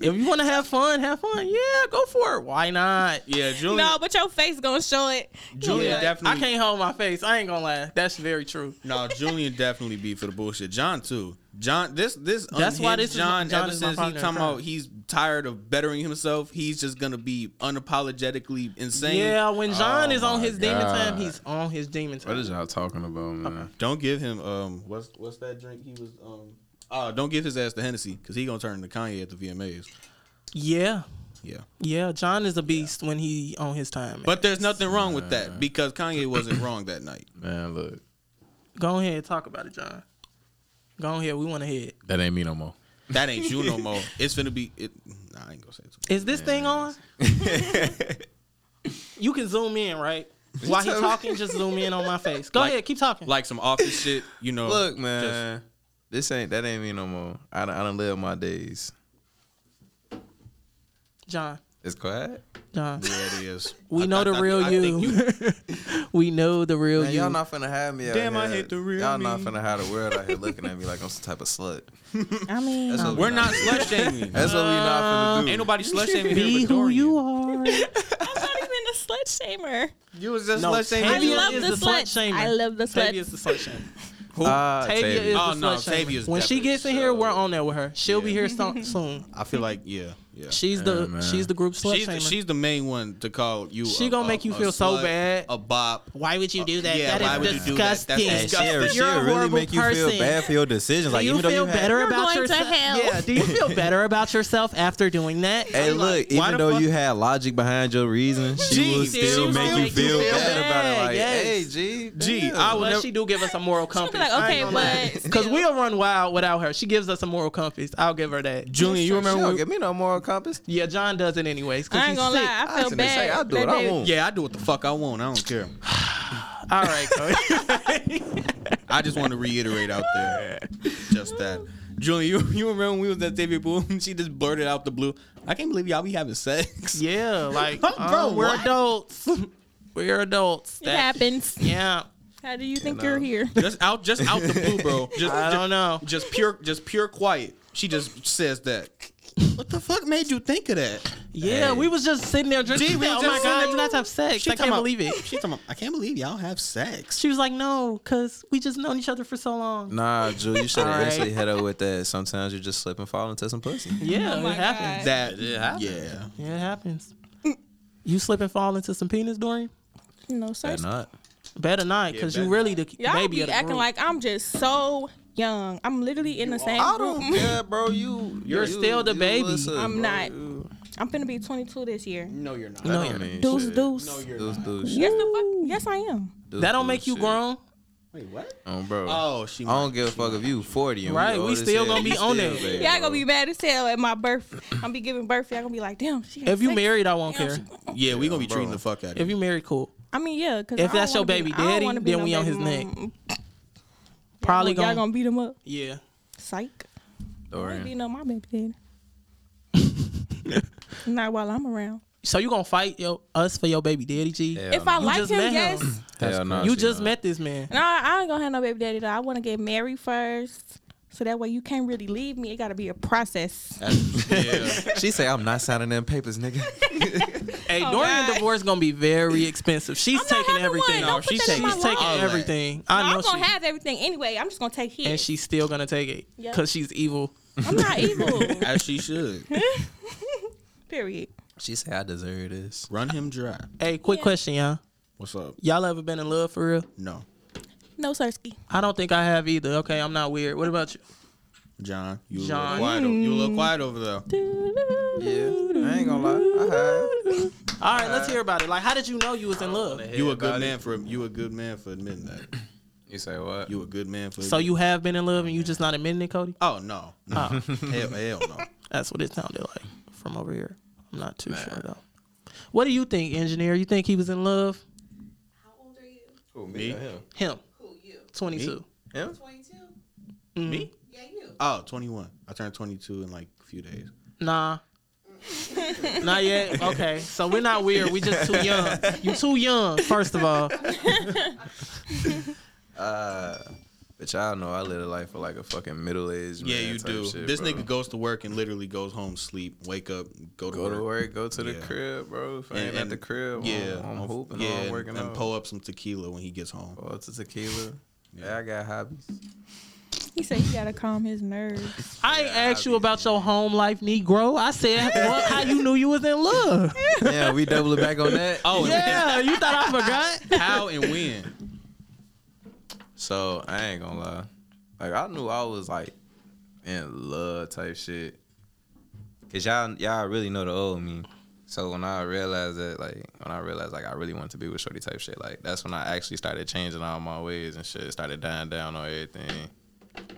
A: if you want to have fun, have fun. Yeah, go for it. Why not?
C: Yeah, Julian.
B: No, but your face gonna show it.
C: Julian
B: Yeah.
A: I
C: definitely.
A: can't hold my face. I ain't gonna lie. That's very true.
C: No, Julian definitely be for the bullshit. John too. John, this this
A: That's why this
C: unhinged
A: is my-
C: John,
A: John
C: ever
A: is my
C: since he
A: partner in
C: talking
A: crime.
C: about he's tired of bettering himself, he's just gonna be unapologetically insane.
A: Yeah, when John
D: Oh
A: is on
D: my
A: his demon
D: God.
A: time, he's on his demon
D: What is
A: time.
D: y'all talking about, man?
C: Don't give him um what's what's that drink he was um oh don't give his ass the Hennessy because he gonna turn to Kanye at the VMAs.
A: Yeah,
C: Yeah,
A: yeah. John is a beast when he on his time. But
C: but there's nothing wrong with that because Kanye wasn't wrong that night.
D: Man, look,
A: go ahead, talk about it, John. Go ahead. We want to head.
D: that ain't me no [LAUGHS] more.
C: That ain't you no more. It's gonna be it. Nah, I ain't gonna say it.
A: Is this thing on? you can zoom in, right? While he's talking, just zoom in on my face. Go
C: Like-
A: ahead, keep talking.
C: Like some office shit, you know.
D: Look, man, this ain't that ain't me no more. I done, I done lived my days.
A: John,
D: It's quiet.
A: John.
C: Yeah, it is.
A: We know the real you. [LAUGHS] we know the real
D: Man,
A: you.
D: y'all not finna have me. out
C: Damn, I
D: here.
C: hate the real
D: Y'all not
C: me.
D: finna have the world out here looking at me like I'm some type
A: [LAUGHS]
D: of slut.
B: I mean,
D: That's what
C: We're not slut shaming.
D: That's what we not finna do.
G: Ain't nobody slut shaming here.
A: be
G: but
A: who
G: Dorian.
A: you are.
B: I'm not even a slut shamer.
C: You was just
A: No,
C: slut shaming.
B: I
A: Tavia
B: love
A: is
B: the
A: the slut
B: sluts.
A: shamer.
B: I love the
A: Tavia
B: sluts.
A: is the slut shamer.
D: Ah,
A: Tavia,
D: Tavia.
A: is
C: Oh,
A: the
C: no,
A: slut shamer.
C: Tavia's
A: When she
C: definitely
A: gets in here, we're on there with her. She'll be here so- soon.
C: I feel like yeah, yeah.
A: She's
G: Yeah,
A: the
G: man.
A: she's the group slut
C: She's the,
A: shamer.
C: she's the main one to call you.
A: She
C: a-
A: gonna
C: a-
A: make you
C: a
A: feel so
C: slut,
A: bad.
C: A bop.
A: Why would you do that?
C: Oh, Yeah,
A: that
C: why
A: is
C: would you do that? That's
A: disgusting.
C: disgusting.
A: You're
C: She'll-
A: a horrible person.
D: feel decisions.
A: do you feel better
B: You're
A: about
B: going to
A: yourself?
B: hell.
A: Yeah. Do you feel better about yourself after doing that?
D: Hey,
A: I'm like,
D: look,
C: why the
D: even though
C: fuck-
D: you had logic behind your reasoning, she
A: Gee,
D: will
A: still
D: still make
A: gonna
D: you
A: make you
D: feel
A: feel
D: bad about it.
A: bad,
D: Like,
A: yes.
D: hey, G.
C: Gee,
D: yeah.
C: I would
A: But
C: never.
A: she do give us a moral compass.
B: be like, okay, but
A: Because we'll run wild without her. She gives us a moral compass. I'll give her that.
C: Julian, you
D: She
C: remember?
D: don't
C: when-
D: give me no moral compass.
A: Yeah, John does it anyways. 'cause
B: I ain't
A: he's
B: gonna
A: sick.
B: lie. I
D: I
B: feel
D: finna
B: bad.
D: say, I do
B: that
D: it. I
B: they-
D: won't.
C: Yeah, I do what the fuck I want. I don't care.
A: All right.
C: I just want to reiterate out there, just that. Julian, you, you remember when we was at David Pool and [LAUGHS] she just blurted out the blue, I can't believe y'all be having
A: [LAUGHS]
C: sex.
A: yeah, like
C: Bro,
A: um, we're
C: what?
A: adults. we're adults.
B: It
A: That-
B: happens.
A: Yeah.
B: How do you think you're here?
C: Just out, just out the blue,
A: [LAUGHS]
C: bro. Just,
A: I don't know.
C: just pure, just pure quiet. She just says that. What the fuck made you think of that?
A: Yeah, we was just sitting there drinking.
C: Gee, we
A: oh
C: was
A: my
C: just
A: god,
C: sitting
A: you
C: there-
A: guys have sex. I
C: talking
A: can't
C: about-
A: believe it.
C: She talking about, I can't believe y'all have sex.
A: She was like, no, because we just known each other for so long.
D: Nah, Drew, you should
A: All
D: have
A: right.
D: actually hit her with that. Sometimes you just slip and fall into some pussy.
A: Yeah,
B: Oh my
A: it happens.
C: That yeah, yeah.
A: Yeah, it happens. you slip and fall into some penis, Dorian?
B: No, sir.
D: Better not.
A: Better not, because you
C: better
A: really the
B: Y'all
A: baby
B: be
A: of the
B: acting
A: group.
B: like I'm just so young. I'm literally in the same
D: I
B: room.
D: don't care, bro. You,
A: You're still the baby.
B: I'm not. [LAUGHS] I'm finna be 22 this year.
C: No, you're not.
A: No,
D: I mean,
B: Deuce,
D: shit.
B: deuce.
C: No, you're
D: Deuce,
C: not.
D: deuce,
B: Yes, the fuck. Yes, I am.
D: deuce,
A: that don't
D: deuce
A: make you
D: shit.
A: grown.
C: Wait, what?
D: Oh, bro.
C: Oh, she.
D: I don't give a fuck if you 40 and
A: Right, we
D: old as
A: still
D: hell,
A: gonna
D: you
A: be on
D: still
A: it.
D: baby,
B: Y'all gonna
D: bro.
B: be mad as hell at my birth. I'm gonna be giving birth. Y'all gonna be like, damn. She had
A: If you
B: sex.
A: married, I won't
B: Damn,
A: care.
B: she-
C: Yeah, we gonna be
D: bro.
C: treating the fuck out of
A: If you married, cool.
B: I mean, yeah. Cause
A: If
B: I don't
A: that's your
B: wanna be-
A: baby
B: I don't
A: daddy,
B: wanna be
A: then
B: no
A: we on
B: baby
A: his neck.
B: mom.
A: Probably
B: Y'all
A: gonna,
B: gonna beat him up.
A: yeah.
B: Psych. I ain't
D: Dorian.
B: beating up my baby
A: [LAUGHS]
B: daddy. Not while I'm around.
A: So you gonna fight yo, us for your baby daddy, G?
D: Hell
B: If I
A: You
B: like him,
A: just met him.
B: yes.
D: Hell no,
A: you
D: she
A: just
D: not.
A: met this
B: [LAUGHS]
A: man.
B: No, I ain't gonna have no baby daddy though. I wanna get married first. So that way you can't really leave me. It gotta be a process.
C: [LAUGHS] you.
D: She say I'm not signing them papers, nigga.
A: Hey,
B: All
A: Dorian
B: right.
A: divorce gonna be very expensive. She's
B: Oh, I'm not
A: taking
B: having
A: everything.
B: one. Don't put
A: she's
B: that in
A: taking,
B: my
A: she's taking
C: wallet.
A: everything.
B: No,
A: I know
B: I'm gonna
A: she,
B: have everything anyway. I'm just gonna take
A: and
B: his.
A: she's still gonna take it
B: Yeah.
A: because she's evil. [LAUGHS]
B: I'm not evil.
C: As she [LAUGHS] should.
B: Period.
D: She say I deserve this.
C: Run him dry.
A: Hey, quick
B: Yeah.
A: question, y'all.
C: What's up?
A: Y'all ever been in love for real?
C: No,
B: No Sirski.
A: I don't think I have either. Okay, I'm not weird. What about you?
C: John. You a
A: John.
C: little quiet. o- You a little quiet over there.
D: Yeah, I ain't gonna lie. I have.
A: All right,
D: Uh,
A: let's hear about it. Like, how did you know you was in love?
C: You a good man for you a good man for admitting that.
G: You say what?
C: You a good man for.
A: So you have been in love and you just not admitting it, Cody?
C: Oh no, no. hell, hell [LAUGHS] no.
A: That's what it sounded like from over here. I'm not too sure though. What do you think, engineer? You think he was in love?
E: How old are you?
G: Who, me?
C: Me?
G: or him?
A: Him,
E: Who you?
A: 22.
E: 22?
C: Me?
E: Yeah, you.
C: Oh, 21. I turned 22 in like a few days.
A: Mm. Nah. [LAUGHS] not yet. Okay. So we're not weird. We just too young. You too young, first of all.
D: Uh, but y'all know I live a life of like a fucking middle aged man.
C: Yeah, you
D: type
C: do.
D: shit,
C: this
D: bro.
C: nigga goes to work and literally goes home, sleep, wake up, go to
D: go
C: work.
D: to work, go to the
C: Yeah.
D: crib, bro. If I
C: And-
D: ain't at
C: and-
D: the crib, um,
C: Yeah,
D: I'm, I'm
C: I'm-
D: hooping,
C: yeah,
D: I'm
C: and-
D: working
C: and,
D: out.
C: pull up some tequila when he gets home.
D: Go out to
C: [LAUGHS]
D: tequila. Yeah. I got hobbies.
B: He said he gotta calm his nerves.
A: I ain't asked you about your home life, Negro. I said what, how you knew you was in love.
D: yeah, we doubling back on [LAUGHS] that.
C: [LAUGHS] Oh,
A: Yeah, you thought I forgot?
C: and how and when?
D: So I ain't gonna lie. Like I knew I was like in love type shit. Cause y'all y'all really know the old me. So when I realized that, like when I realized like I really wanted to be with Shorty type shit, like that's when I actually started changing all my ways and shit. Started dying down on everything.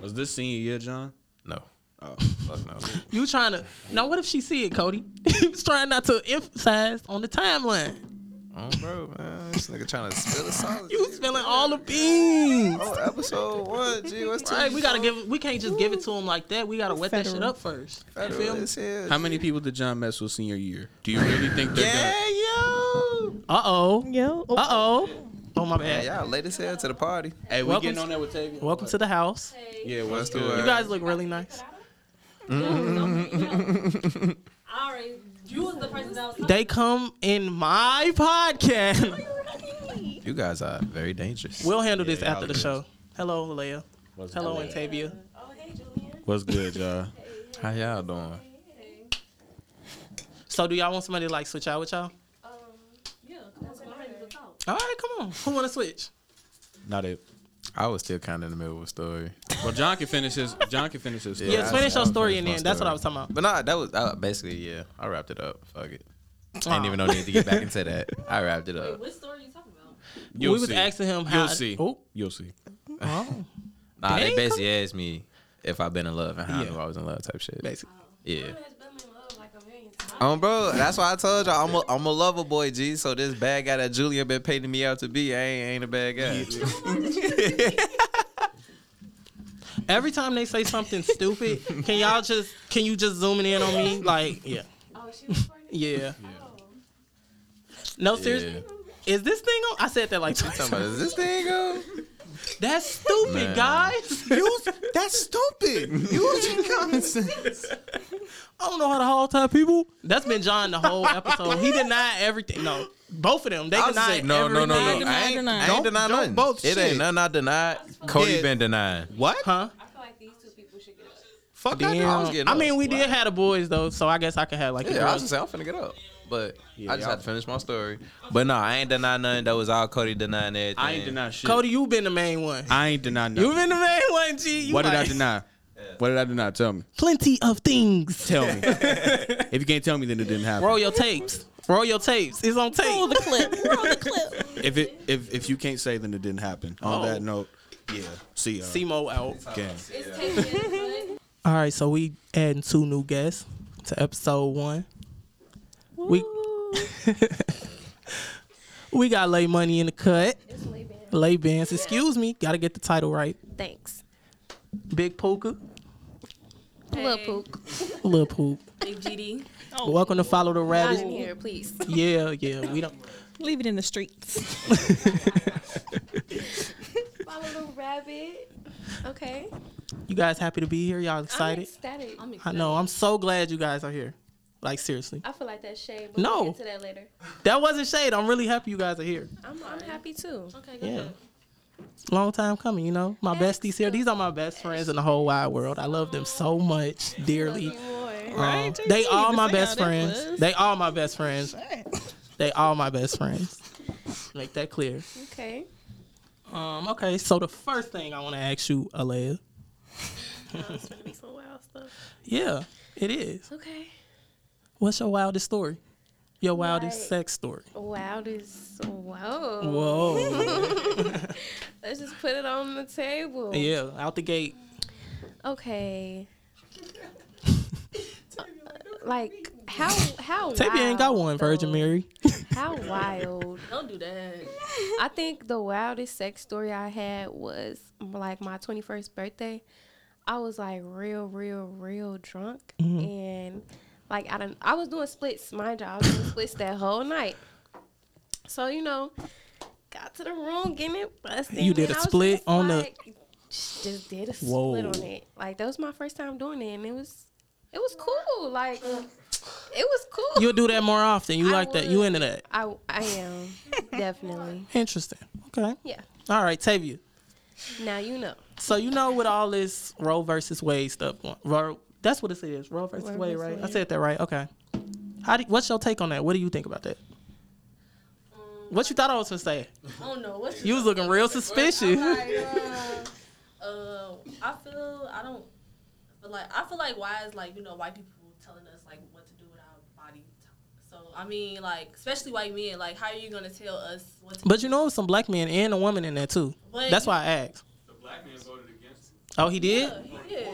C: Was this senior year, John?
D: No.
C: Oh.
D: Fuck no.
A: You trying to now? What if [LAUGHS] she see it, Cody? he was trying not to emphasize on the timeline.
D: oh bro, man. This nigga trying to spill the solid.
A: You spilling all the beans.
D: Oh, episode one. Gee, what's
A: Right, we gotta give. We can't just give it to him like that. We gotta wet that shit
B: Federal.
A: up first. You feel me?
D: How
C: How many people did John mess with senior year? Do you really think they're gonna?
D: Yeah, yo.
A: Uh oh.
B: Yo.
A: Uh oh. Oh my
D: Yeah,
A: bad.
D: y'all late as hell to the party.
C: Hey, we
A: Welcome
C: getting
A: to-
C: on there with Tavia.
A: Welcome to the house.
C: Yeah, what's
D: Let's do it.
A: You guys look really nice.
H: [LAUGHS]
D: Mm-hmm.
H: All right, you was the person that was
A: They come in my podcast.
D: You guys are very dangerous.
A: We'll handle this
D: Yeah,
A: after the
D: y'all
A: show. Hello, Leia. Hello, Antavia.
H: Oh, hey, Julian.
C: What's good, y'all?
D: How y'all doing?
H: Hey.
A: So, do y'all want somebody to like switch out with y'all?
H: Um, yeah, that's what I'm ready to talk.
A: All right, come on. Who want to switch?
C: Not it.
D: I was still kind of in the middle of a story.
C: Well, John can finish his. John can finish his.
A: Yeah,
D: I-
A: finish
D: I
A: your
D: was
A: story
D: finished
A: and
D: my
A: then that's what
D: story.
A: I was talking about.
D: But nah, that was uh, basically yeah. I wrapped it up. Fuck it. Ain't
A: Aw.
D: even no need to get back
C: [LAUGHS]
D: into that. I wrapped it
H: Wait,
D: up.
H: what story are you talking about?
C: You'll
A: we was
C: see.
A: asking him how.
C: You'll see.
A: Oh,
C: You'll see.
A: oh.
D: Nah,
A: Dang,
D: they basically asked me if I've been in love and how
A: Yeah.
D: I knew I was in love type shit.
A: Basic.
C: Oh.
D: Yeah.
H: Has been in love like a million times.
D: Um, bro, that's why I told y'all I'm a, I'm a lover boy, G. So this bad guy that Julian been painting me out to be, I ain't, ain't a bad guy.
A: Every time they say something stupid, can y'all just can you just zooming in on me? Like, yeah,
H: Oh, she
I: [LAUGHS]
H: was pregnant.
A: yeah. No, seriously, is this thing on? I said that like two
D: [LAUGHS] Talking about,
A: times.
D: is this thing go?
A: That's stupid,
D: Man.
A: guys.
D: That's stupid.
F: [LAUGHS]
D: Use your common sense.
A: I don't know how to hold type people. That's been John the whole episode. He denied everything. No, both of them. They
D: I was
A: denied
D: saying, no, no, no,
A: everything.
D: no. I ain't,
B: Deny, deny.
D: I ain't
C: Don't-
D: deny
C: don't
D: nothing.
C: both
D: it
C: shit.
D: ain't nothing I denied. Cody
C: Yeah.
D: been denying.
C: What?
A: Huh?
H: I feel like these two people should get up.
D: Fuck I was
A: Damn.
D: getting
A: I
D: up.
A: mean, we
D: Wow.
A: did have the boys though, so I guess I could have like.
D: Yeah,
A: the
D: I was
A: girls.
D: just saying, I'm finna get up. But
C: Yeah,
D: I just
C: y'all-
D: had to finish my story. But no, I ain't denying nothing. That was all Cody denying everything.
C: I ain't deny shit.
A: Cody, you been the main one.
C: I ain't deny nothing.
A: you been the main one, G. You
C: what did I
A: like-
C: deny? What did I deny? Tell me.
A: Plenty of things.
C: Tell
A: [LAUGHS]
C: me. if you can't tell me, then it didn't happen.
A: Roll your tapes. Roll your tapes. It's on tape.
B: Roll
A: [LAUGHS]
B: the clip. Roll the clip.
C: If it if if you can't say, then it didn't happen. On
A: Oh.
C: that note, yeah. See y'all.
A: Simo out.
C: Gang.
H: It's taken,
A: All right, so we adding two new guests to episode one. We [LAUGHS] we got lay money in the cut.
H: but it's leaving.
A: Lay bands. Excuse me. Got to get the title right.
I: Thanks.
A: Big Puka,
I: Little poop.
A: Lil Poop.
H: Big GD.
A: Welcome to Follow the
I: Not in
A: Rabbit.
I: here, please.
A: Yeah, yeah. We don't. [LAUGHS]
B: Leave it in the streets.
I: My little rabbit. Okay.
A: You guys happy to be here? Y'all
I: I'm
A: excited?
I: ecstatic.
H: I'm
A: I
H: excited.
A: know. I'm so glad you guys are here. Like seriously,
I: I feel like that's shade. But
A: No.
I: We'll get to that later.
A: that wasn't shade. I'm really happy you guys are here.
I: I'm, I'm happy too.
H: Okay, go
A: Yeah.
H: ahead.
A: Long time coming, you know. My besties here. These are my best friends in the whole wide world. I love them so much, dearly.
I: More.
A: Um,
B: JT,
A: they all
B: you
A: my
B: say
A: best
B: how that
A: friends.
B: was.
A: They all my best friends. They all my best friends. Make that clear.
I: Okay.
A: Um, okay, so the first thing I want to ask you, Alea.
I: It's gonna be some wild stuff.
A: Yeah, it is.
I: Okay.
A: What's your wildest story? Your wildest
I: Like-
A: sex story.
I: [LAUGHS] Wildest.
B: Oh.
I: Whoa.
B: [LAUGHS]
A: Whoa.
I: [LAUGHS]
A: [LAUGHS]
I: Let's just put it on the table.
A: yeah, out the gate. [LAUGHS]
I: Okay. like how how
A: Tapia ain't got
I: wild,
A: one, Virgin
I: though?
A: Mary.
I: How wild.
H: [LAUGHS] Don't do that.
I: I think the wildest sex story I had was like my 21st birthday. I was like real, real, real drunk,
A: Mm-hmm.
I: and like I done, I was doing splits, mind you. I was doing splits that whole night. So you know, got to the room, getting it busted.
A: You did
I: and
A: a
I: I was
A: split
I: just,
A: on the-
I: like, Just did a split
A: Whoa.
I: on it. Like that was my first time doing it, and it was, it was cool. Like it was cool.
A: You'll do that more often. You
I: I
A: like that. You
I: would.
A: into that.
I: I I am definitely
A: Interesting. Okay.
I: yeah.
A: All right, Tavia.
I: Now you know.
A: So you know with all this Roe versus Wade stuff, going- Roe, that's what it is. Roe versus
I: Roe
A: Wade,
I: versus
A: right? I
I: Wade.
A: said that right. Okay. How do, what's your take on that? What do you think about that? What you thought I was gonna say?
H: I don't know. What's
A: You was looking real
H: [LAUGHS]
A: suspicious. [LAUGHS]
H: uh, I feel I don't but like I feel like why is like you know white people telling us like what to do with our body. So I mean like especially white men like how are you gonna tell us what to
A: But you know, it was some black men and a woman in there too.
H: But-
A: That's why I asked. Oh, The black man voted against.
H: do? He did.
A: Oh, he did.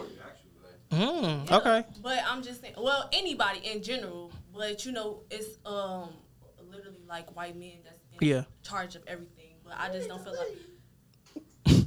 A: Mm,
H: Yeah.
A: Okay.
H: But I'm just saying well anybody in general but you know it's um literally like white men that's
J: in
A: Yeah.
J: charge of everything. But I just don't feel like. [LAUGHS]
A: [LAUGHS]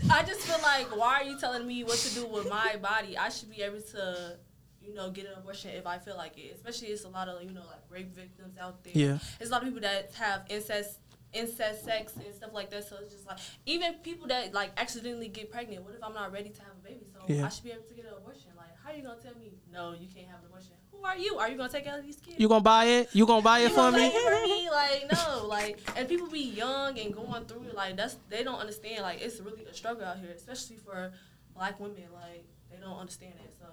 J: I just feel like, why are you telling me what to do with my body? I should be able to, you know, get an abortion if I feel like it. Especially, it's a lot of you know, like rape victims out there.
A: Yeah.
J: There's a lot of people that have incest, incest sex and stuff like that. So it's just like even people that like accidentally get pregnant. What if I'm not ready to have a baby? So
A: Yeah.
J: I should be able to get an abortion. Like, how are you gonna tell me no, you can't have an abortion? Who are you? Are you gonna take care of these kids?
A: You gonna buy it? You gonna buy it
J: You
A: for
J: know,
A: me?
J: like, for me, like no, like and people be young and going through it. Like that's they don't understand. Like it's really a struggle out here, especially for black women. Like they don't understand it. So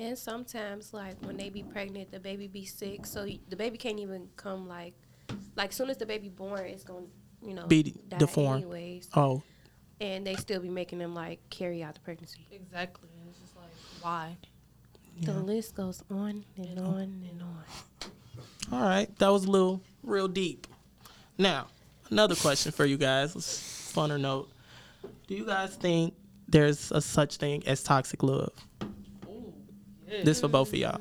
I: And sometimes, like when they be pregnant, the baby be sick, so y- the baby can't even come. Like, like soon as the baby born, it's gonna, you know,
A: Be deformed.
I: anyways,
A: Oh,
I: and they still be making them like carry out the pregnancy.
J: exactly, and it's just like why?
I: The list goes on and on and on.
A: all right. That was a little real deep. Now, another question for you guys. Let's funner note. Do you guys think there's a such thing as toxic love?
J: Ooh, yeah.
A: This for both of y'all.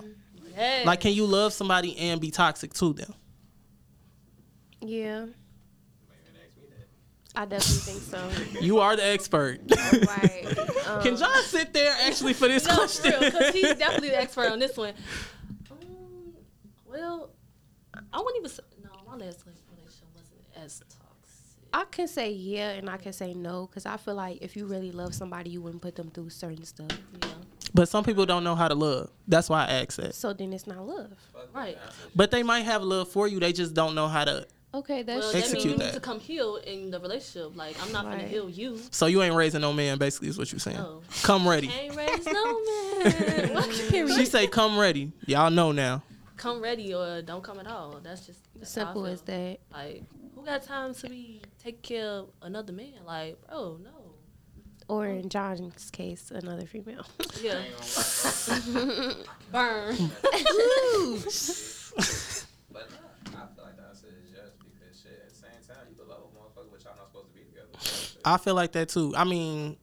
J: Yes.
A: Like, can you love somebody and be toxic to them?
I: Yeah. I
J: [LAUGHS]
I: definitely think so.
A: You are the expert. [LAUGHS]
I: right. Um,
A: Can John sit there actually for this
J: [LAUGHS] no, for
A: question?
J: real,
A: [LAUGHS]
J: because he's definitely the expert on this one. Um, well, I wouldn't even. Say, no, my last like, relationship wasn't as toxic.
I: I can say yeah, and I can say no, because I feel like if you really love somebody, you wouldn't put them through certain stuff.
A: But some people don't know how to love. That's why I asked that.
I: So then it's not love.
J: Right.
A: But they might have love for you. They just don't know how to.
I: Okay, that's true.
J: Well, that means
A: Execute
J: you
A: that.
J: need to come heal in the relationship. Like, I'm not gonna
I: Right.
J: heal you.
A: So you ain't raising no man. Basically, is what you're
F: [LAUGHS]
A: saying.
J: No.
A: Come ready.
J: Can't [LAUGHS] raise no man. What? Period.
A: She say, "Come ready." Y'all know now.
J: come ready or don't come at all. That's just that's how I
I: Simple
J: feel.
I: as that.
J: Like, who got time to be taking care of another man? Like, bro, no.
I: Or in John's case, another female.
J: Yeah.
F: [LAUGHS]
J: Burn. [LAUGHS]
F: But no, I feel like the answer is yes because shit. At the same time, you could love a motherfucker, but y'all not supposed to be together.
A: I feel like that too. I mean,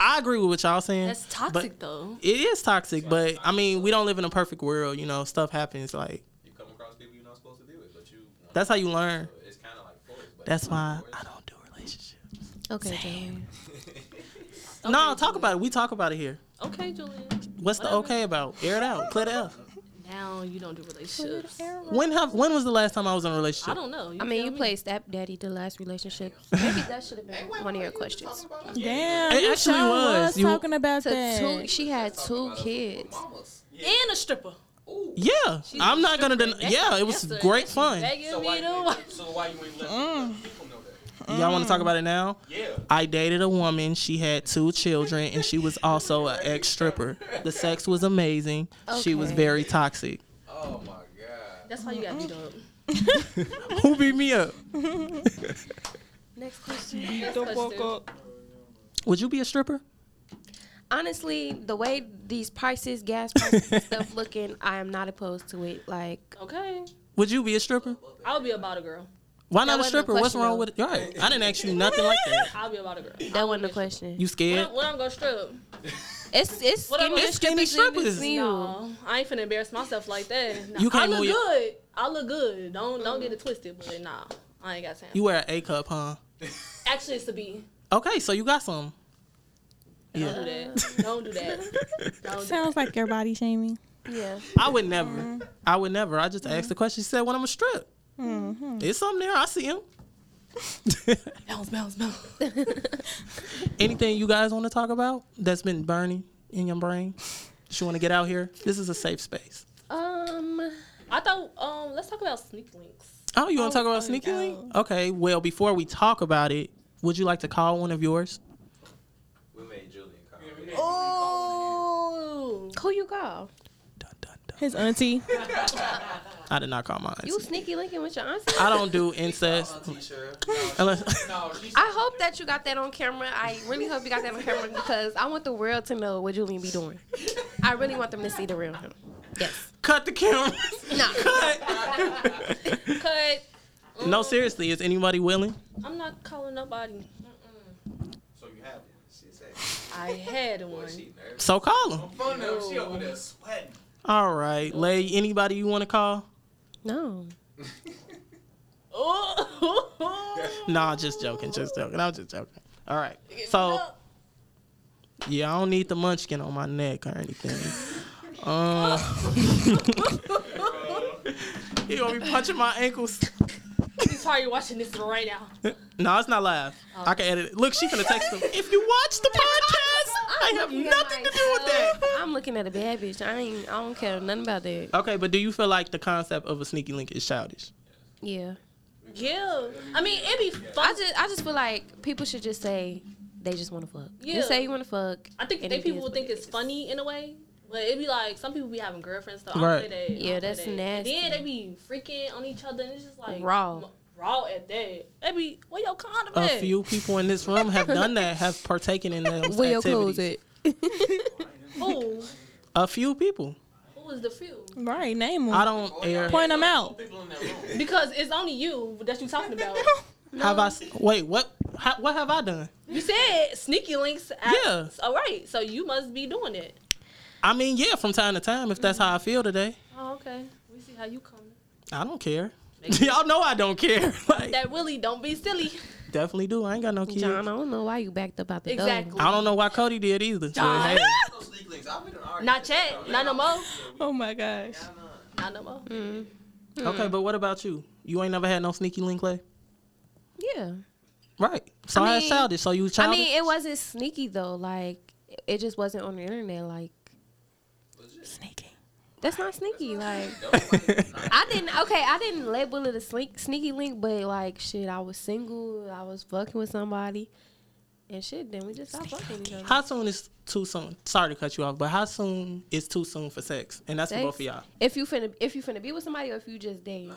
A: I agree with what y'all saying.
J: That's toxic
A: But
J: though.
A: it is toxic, but I mean, we don't live in a perfect world. You know, stuff happens. Like
F: You come across people you're not supposed to be with, but you. want
A: that's how you learn.
F: to. It's kind of like forced. But
A: That's why I don't do relationships.
I: [LAUGHS] okay, John.
A: No, talk about it. We talk about it here.
J: Okay, Julian.
A: What's the
J: Whatever.
A: okay about? Air it out. Clear it up.
J: Now you don't do relationships.
A: When have when was the last time I was in a relationship?
J: I don't know.
I: I mean,
J: tell
I: you
J: me.
I: played stepdaddy the last relationship. [LAUGHS] Maybe that should have been one of your questions.
B: Damn,
A: It
B: you
A: actually
B: sure
A: was.
B: was,
A: You-
B: talking about
I: To
B: that.
I: two, she had two kids.
J: and a stripper.
A: Yeah, I'm not gonna deny.
J: That's
A: Yeah,
J: a-
A: it was
J: that's a-
A: great
J: that's a
A: fun.
J: begging me to watch.
F: So why you ain't letting people know that?
A: Y'all want to talk about it now?
F: Yeah.
A: I dated a woman. She had two children, and she was also an ex stripper. The sex was amazing. She was
I: Okay.
A: very toxic.
F: Oh my god.
J: That's why you got beat up.
A: Who beat me up?
I: Next question.
B: Don't walk up.
A: Would you be a stripper?
I: Honestly, the way these prices, gas prices, and stuff looking, I am not opposed to it. Like,
J: Okay.
A: Would you be a stripper?
J: I'll be a bottle girl.
A: Why not a
I: wasn't a
A: stripper? What's
I: question,
A: wrong
I: though.
A: with it? All right, I didn't ask you nothing like that.
J: I'll be a bottle girl.
I: that wasn't the question.
A: You
J: When
A: scared?
J: I'm, when I'm gonna strip?
I: It's it's
J: What
I: skinny,
J: about
A: It's skinny strippers.
I: between you.
J: No, I ain't finna embarrass myself like that. Nah,
A: You can't
J: I
A: move
J: look
A: your-
J: good. I look good. Don't don't
F: Mm.
J: get it twisted, but nah, I ain't got time.
A: You wear an A cup, huh?
J: Actually, it's to be.
A: Okay, so you got some.
J: Don't do that. Don't do that.
A: [LAUGHS]
J: Don't do that.
B: Sounds like your body shaming.
I: Yeah.
A: I would never. I would never. I just asked the question. She said, "When I'm a strip, it's something there. I see him."
J: Mm-hmm. [LAUGHS] Bounce, bounce, bounce.
A: [LAUGHS] Anything you guys want to talk about that's been burning in your brain? That you want to get out here? This is a safe space.
I: Um.
J: I thought um let's talk about sneak links.
A: Oh, you want to talk about
B: oh,
A: sneaky
B: no.
A: link? Okay. Well, before we talk about it, would you like to call one of yours?
F: We made Julian come.
J: Oh,
I: Who you call?
A: Dun, dun, dun.
B: His auntie.
A: I did not call mine.
I: You sneaky linking with your auntie?
A: [LAUGHS] I don't do incest
F: T-shirt.
A: unless [LAUGHS]
I: I hope that you got that on camera. I really hope you got that on camera because I want the world to know what Julian be doing. I really want them to see the real him. Yes.
A: cut the camera.
I: No.
J: cut.
A: no, seriously, is anybody willing?
J: I'm not calling nobody. Mm-mm.
F: So you have one. She said,
J: I had one. [LAUGHS]
F: she nervous.
A: So call them.
F: Phone number, she over there sweating.
A: All right, Lay. Anybody you want to call?
I: No.
A: Nah, just joking, just joking. I'm just joking. All right. So yeah, I don't need the munchkin on my neck or anything.
I: [LAUGHS]
A: Um, [LAUGHS] he gonna be punching my ankles.
J: He's probably watching this right
F: [LAUGHS]
J: now.
A: No, it's not live.
I: Oh.
A: I can edit it. Look, she finna text him. If you watch the podcast, I
I: [LAUGHS]
A: have
I: looking at
A: nothing to do with that.
I: [LAUGHS] I'm looking at a bad bitch. I ain't. I don't care nothing about that.
A: Okay, but do you feel like the concept of a sneaky link is childish?
I: Yeah.
J: Yeah. I mean, it'd be fun.
I: I just. I just feel like people should just say they just want to fuck.
J: Yeah.
I: Just say you want to fuck.
J: I think
I: and
J: they
I: it
J: people
I: is
J: would
I: what
J: think
I: it
J: it's
I: is.
J: funny in a way, but it'd be like some people be having girlfriends though.
A: Right.
J: I don't play that. I
I: Yeah,
J: don't play
I: that's
J: that. And Then
I: nasty.
J: they be freaking on each other, and it's just like
I: Raw.
J: m- raw at that. They be where your condom
A: A
J: at?
A: few people in this room have done that, have partaken in those
I: Where your
A: activities.
I: clothes at?
J: Who?
A: A few people.
J: Who is the few?
B: Right, name
A: I
B: them.
A: don't air.
B: Point them out.
J: Because it's only you that you
A: [LAUGHS]
J: talking about.
A: Have I? s- Wait, what? How, what have I done?
J: You said sneaky links. At,
A: Yeah.
J: All right. So you must be doing it.
A: I mean, yeah, from time to time, if that's how I feel today,
J: Oh, okay. We see how you coming.
A: I don't care. [LAUGHS] Y'all know I don't care. [LAUGHS] Like,
J: That Willie, don't
I: [LAUGHS]
J: be silly.
A: definitely do. I ain't got no kids.
I: John, I don't know why you backed up out the
J: Exactly.
A: I don't know why Cody did either. but
I: [LAUGHS]
J: John.
A: hey,
J: Not yet. Not no more.
B: Oh my gosh.
J: Not no more.
I: Mm.
A: okay, but what about you? You ain't never had no sneaky link, Clay?
I: door. Yeah.
A: Right. So
I: I
A: I,
I: mean-
A: had childish. So you was
I: I
A: childish?
I: mean, it wasn't sneaky though. Like it just wasn't on the internet. Like
B: Sneaky.
I: that's not sneaky. Like I didn't. Okay, I didn't label it a slink, sneaky link, but like shit, I was single. I was fucking with somebody, and shit. Then we just stopped fucking each other.
A: [LAUGHS] how soon is too soon? Sorry to cut you off, but how soon is too soon for sex? And that's for both of y'all.
I: If you finna, if you finna be with somebody, or if you just dating.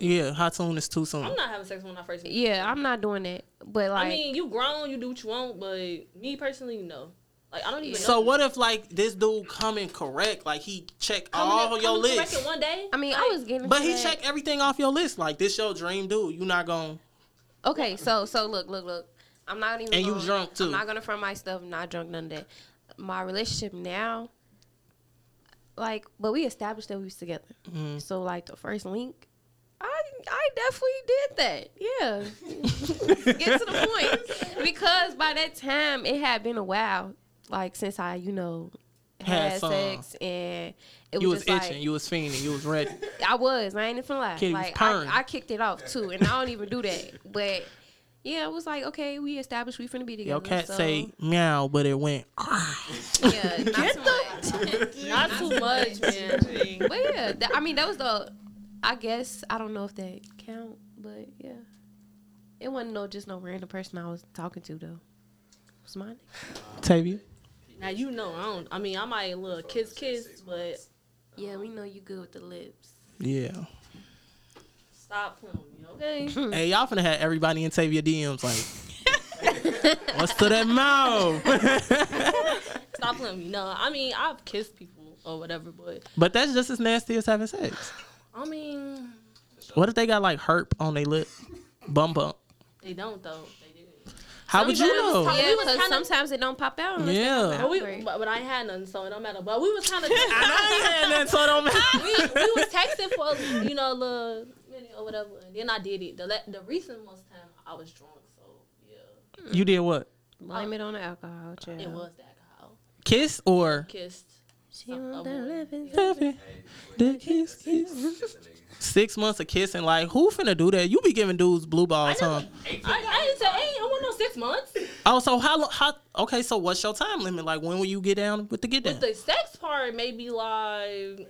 A: Yeah, how soon is too soon?
J: I'm not having sex when I first meet.
I: Yeah, I'm not doing that. But like,
J: I mean, you grown, you do what you want, but me personally, no. Like I don't even.
A: So
J: know.
A: what if like this dude coming correct? Like he check
J: Coming
A: all
J: to-
A: your
J: coming to
A: list,
J: record One day,
I: I mean, I was getting.
A: but
I: to
A: he
I: that.
A: check everything off your list. Like this your dream dude. You not going
I: Okay, so so look, look, look. I'm not even.
A: And you
I: gonna-
A: drunk, too.
I: I'm not gonna front my stuff. Not drunk, none of that. My relationship now, like, but we established that we was together.
A: Mm-hmm.
I: So like the first link, I I definitely did
A: [LAUGHS]
I: that. Yeah, get to the point because by that time it had been a while, like since I you know
A: Had
I: had,
A: some.
I: sex and it
A: you
I: was,
A: was
I: just
A: itching,
I: like
A: you was fiending, you was ready.
I: I was. I ain't even lie.
A: Kid, you was
I: like
A: purring.
I: I, I kicked it off too, and I don't even do that. But yeah, it was like okay, we established we finna be together.
A: Your cat
I: so,
A: say meow, but it went.
I: yeah,
A: [LAUGHS]
I: not too much.
J: not
I: [LAUGHS]
J: too much, man.
I: But yeah, that, I mean that was the. I guess I don't know if that count, but yeah, it wasn't no just no random person I was talking to though. It was mine.
A: Tavia,
J: now you know, I don't. I mean, I might a little kiss, kiss, but
I: Yeah, we know you good with the lips.
A: yeah.
J: stop playing with me,
A: [LAUGHS]
J: okay?
A: Hey, y'all finna have everybody in Tavia DMs like, what's to that mouth?
J: Stop playing with me. No, I mean, I've kissed people or whatever, but
A: [LAUGHS] but that's just as nasty as having sex.
J: I mean,
A: What if they got like herp on their lip, bum bump?
J: they don't though. They didn't.
A: How
J: Some
A: would you
J: people just
A: know?
J: talk-
I: Yeah,
J: we was
I: because
J: kinda-
I: sometimes it don't pop out. unless they
A: Yeah.
I: come
J: But
I: out
J: we,
I: right.
J: but, but I ain't had none, so it don't matter. But we
A: [LAUGHS]
J: was kind of.
A: I ain't had that, so it don't matter.
J: we, we
A: [LAUGHS]
J: was texting for you know a little minute or whatever, and then I did it. The la- the recent most time I was drunk, so yeah,
A: You did what?
I: Blame it on the alcohol. Child.
J: it was the alcohol.
A: Kiss or
J: Kissed.
I: She want the lips.
A: The kiss, kiss. Six months of kissing, like who finna do that? You be giving dudes blue balls, huh?
J: I, I didn't say I ain't I want no six months.
A: Oh, so how long? How okay? So what's your time limit? Like when will you get down with the get down?
J: The sex part may be like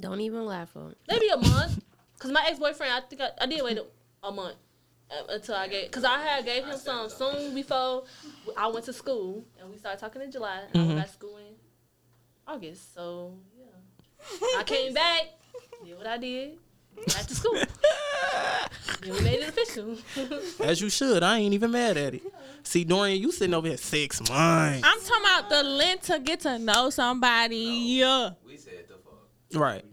I: Don't even laugh on.
J: maybe a month, cause my ex boyfriend I think I, I did wait a, a month uh, until I gave, cause I had gave him some soon before I went to school, and we started talking in July. and I went back to school in August, so yeah, I came back, did what I did, back to school. Then we made it official.
A: [LAUGHS]
J: [LAUGHS]
A: As you should. I ain't even mad at it. See, Dorian, you sitting over here six months.
B: I'm talking about the length to get to know somebody.
F: We said the fuck.
A: Right.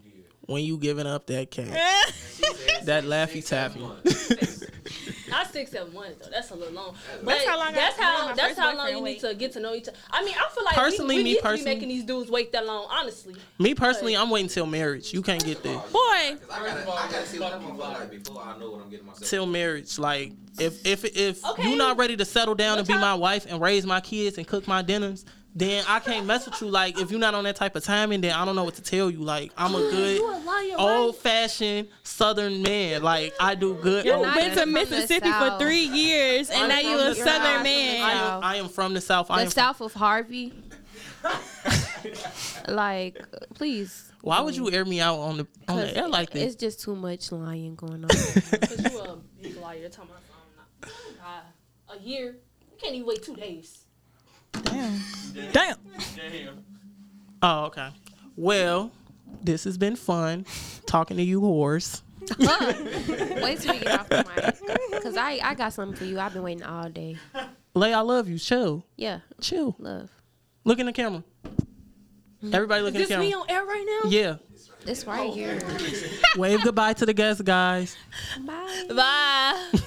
A: When you giving up that cat,
B: Yeah.
A: that laffy taffy.
J: I not six at once though. That's a little long. But
B: That's how long I-
J: that's
B: me and
J: how
B: my
J: that's
B: first
J: how long
B: boyfriend
J: you need
B: wait.
J: to get to know each other. I mean, I feel like
A: Personally,
J: we, we
A: me
J: need to be
A: personally-
J: making these dudes wait that long. Honestly,
A: [LAUGHS] Me personally, I'm waiting till marriage. You can't get there
B: Boy,
F: I gotta, I gotta see what that motherfucker like before I know what I'm getting myself.
A: till marriage. Like if if if
J: Okay.
A: you're not ready to settle down and be
J: But
A: my
J: y'all-
A: wife and raise my kids and cook my dinners, then I can't mess with you. Like if you're not on that type of timing, then I don't know what to tell you. Like I'm a
J: [GASPS] you
A: good
J: a liar,
A: old
J: right?
A: fashioned Southern man. Like I do good.
B: you
A: old-
I: not
B: been
I: just
B: to
I: from the
B: Mississippi for
I: South.
B: three years, and
A: I'm
B: now
A: from
B: you a
A: the South.
B: Southern
I: I'm
A: I
B: man.
A: am, I am from the South. I
I: The
A: am from-
I: south of Harvey. [LAUGHS] like, please.
A: Why would you air me out on the on the air like
I: It's
A: this?
I: just too much lying
A: [LAUGHS]
I: going on.
J: 'Cause you a [LAUGHS] big liar. You're talking about something. not- Uh, a year. You can't even wait two days.
B: Damn. Damn.
A: Oh, okay. Well, this has been fun talking to you whores.
I: Huh. Wait till we get off the mic. Cause I, I got something for you. I've been waiting all day.
A: Lay, I love you. Chill,
I: Yeah.
A: chill.
I: Love.
A: Look in the camera. Everybody, look in the
J: This me
A: camera.
J: on air right now.
A: Yeah.
I: It's right here.
A: Wave goodbye to the guests, guys.
I: Bye.
J: Bye.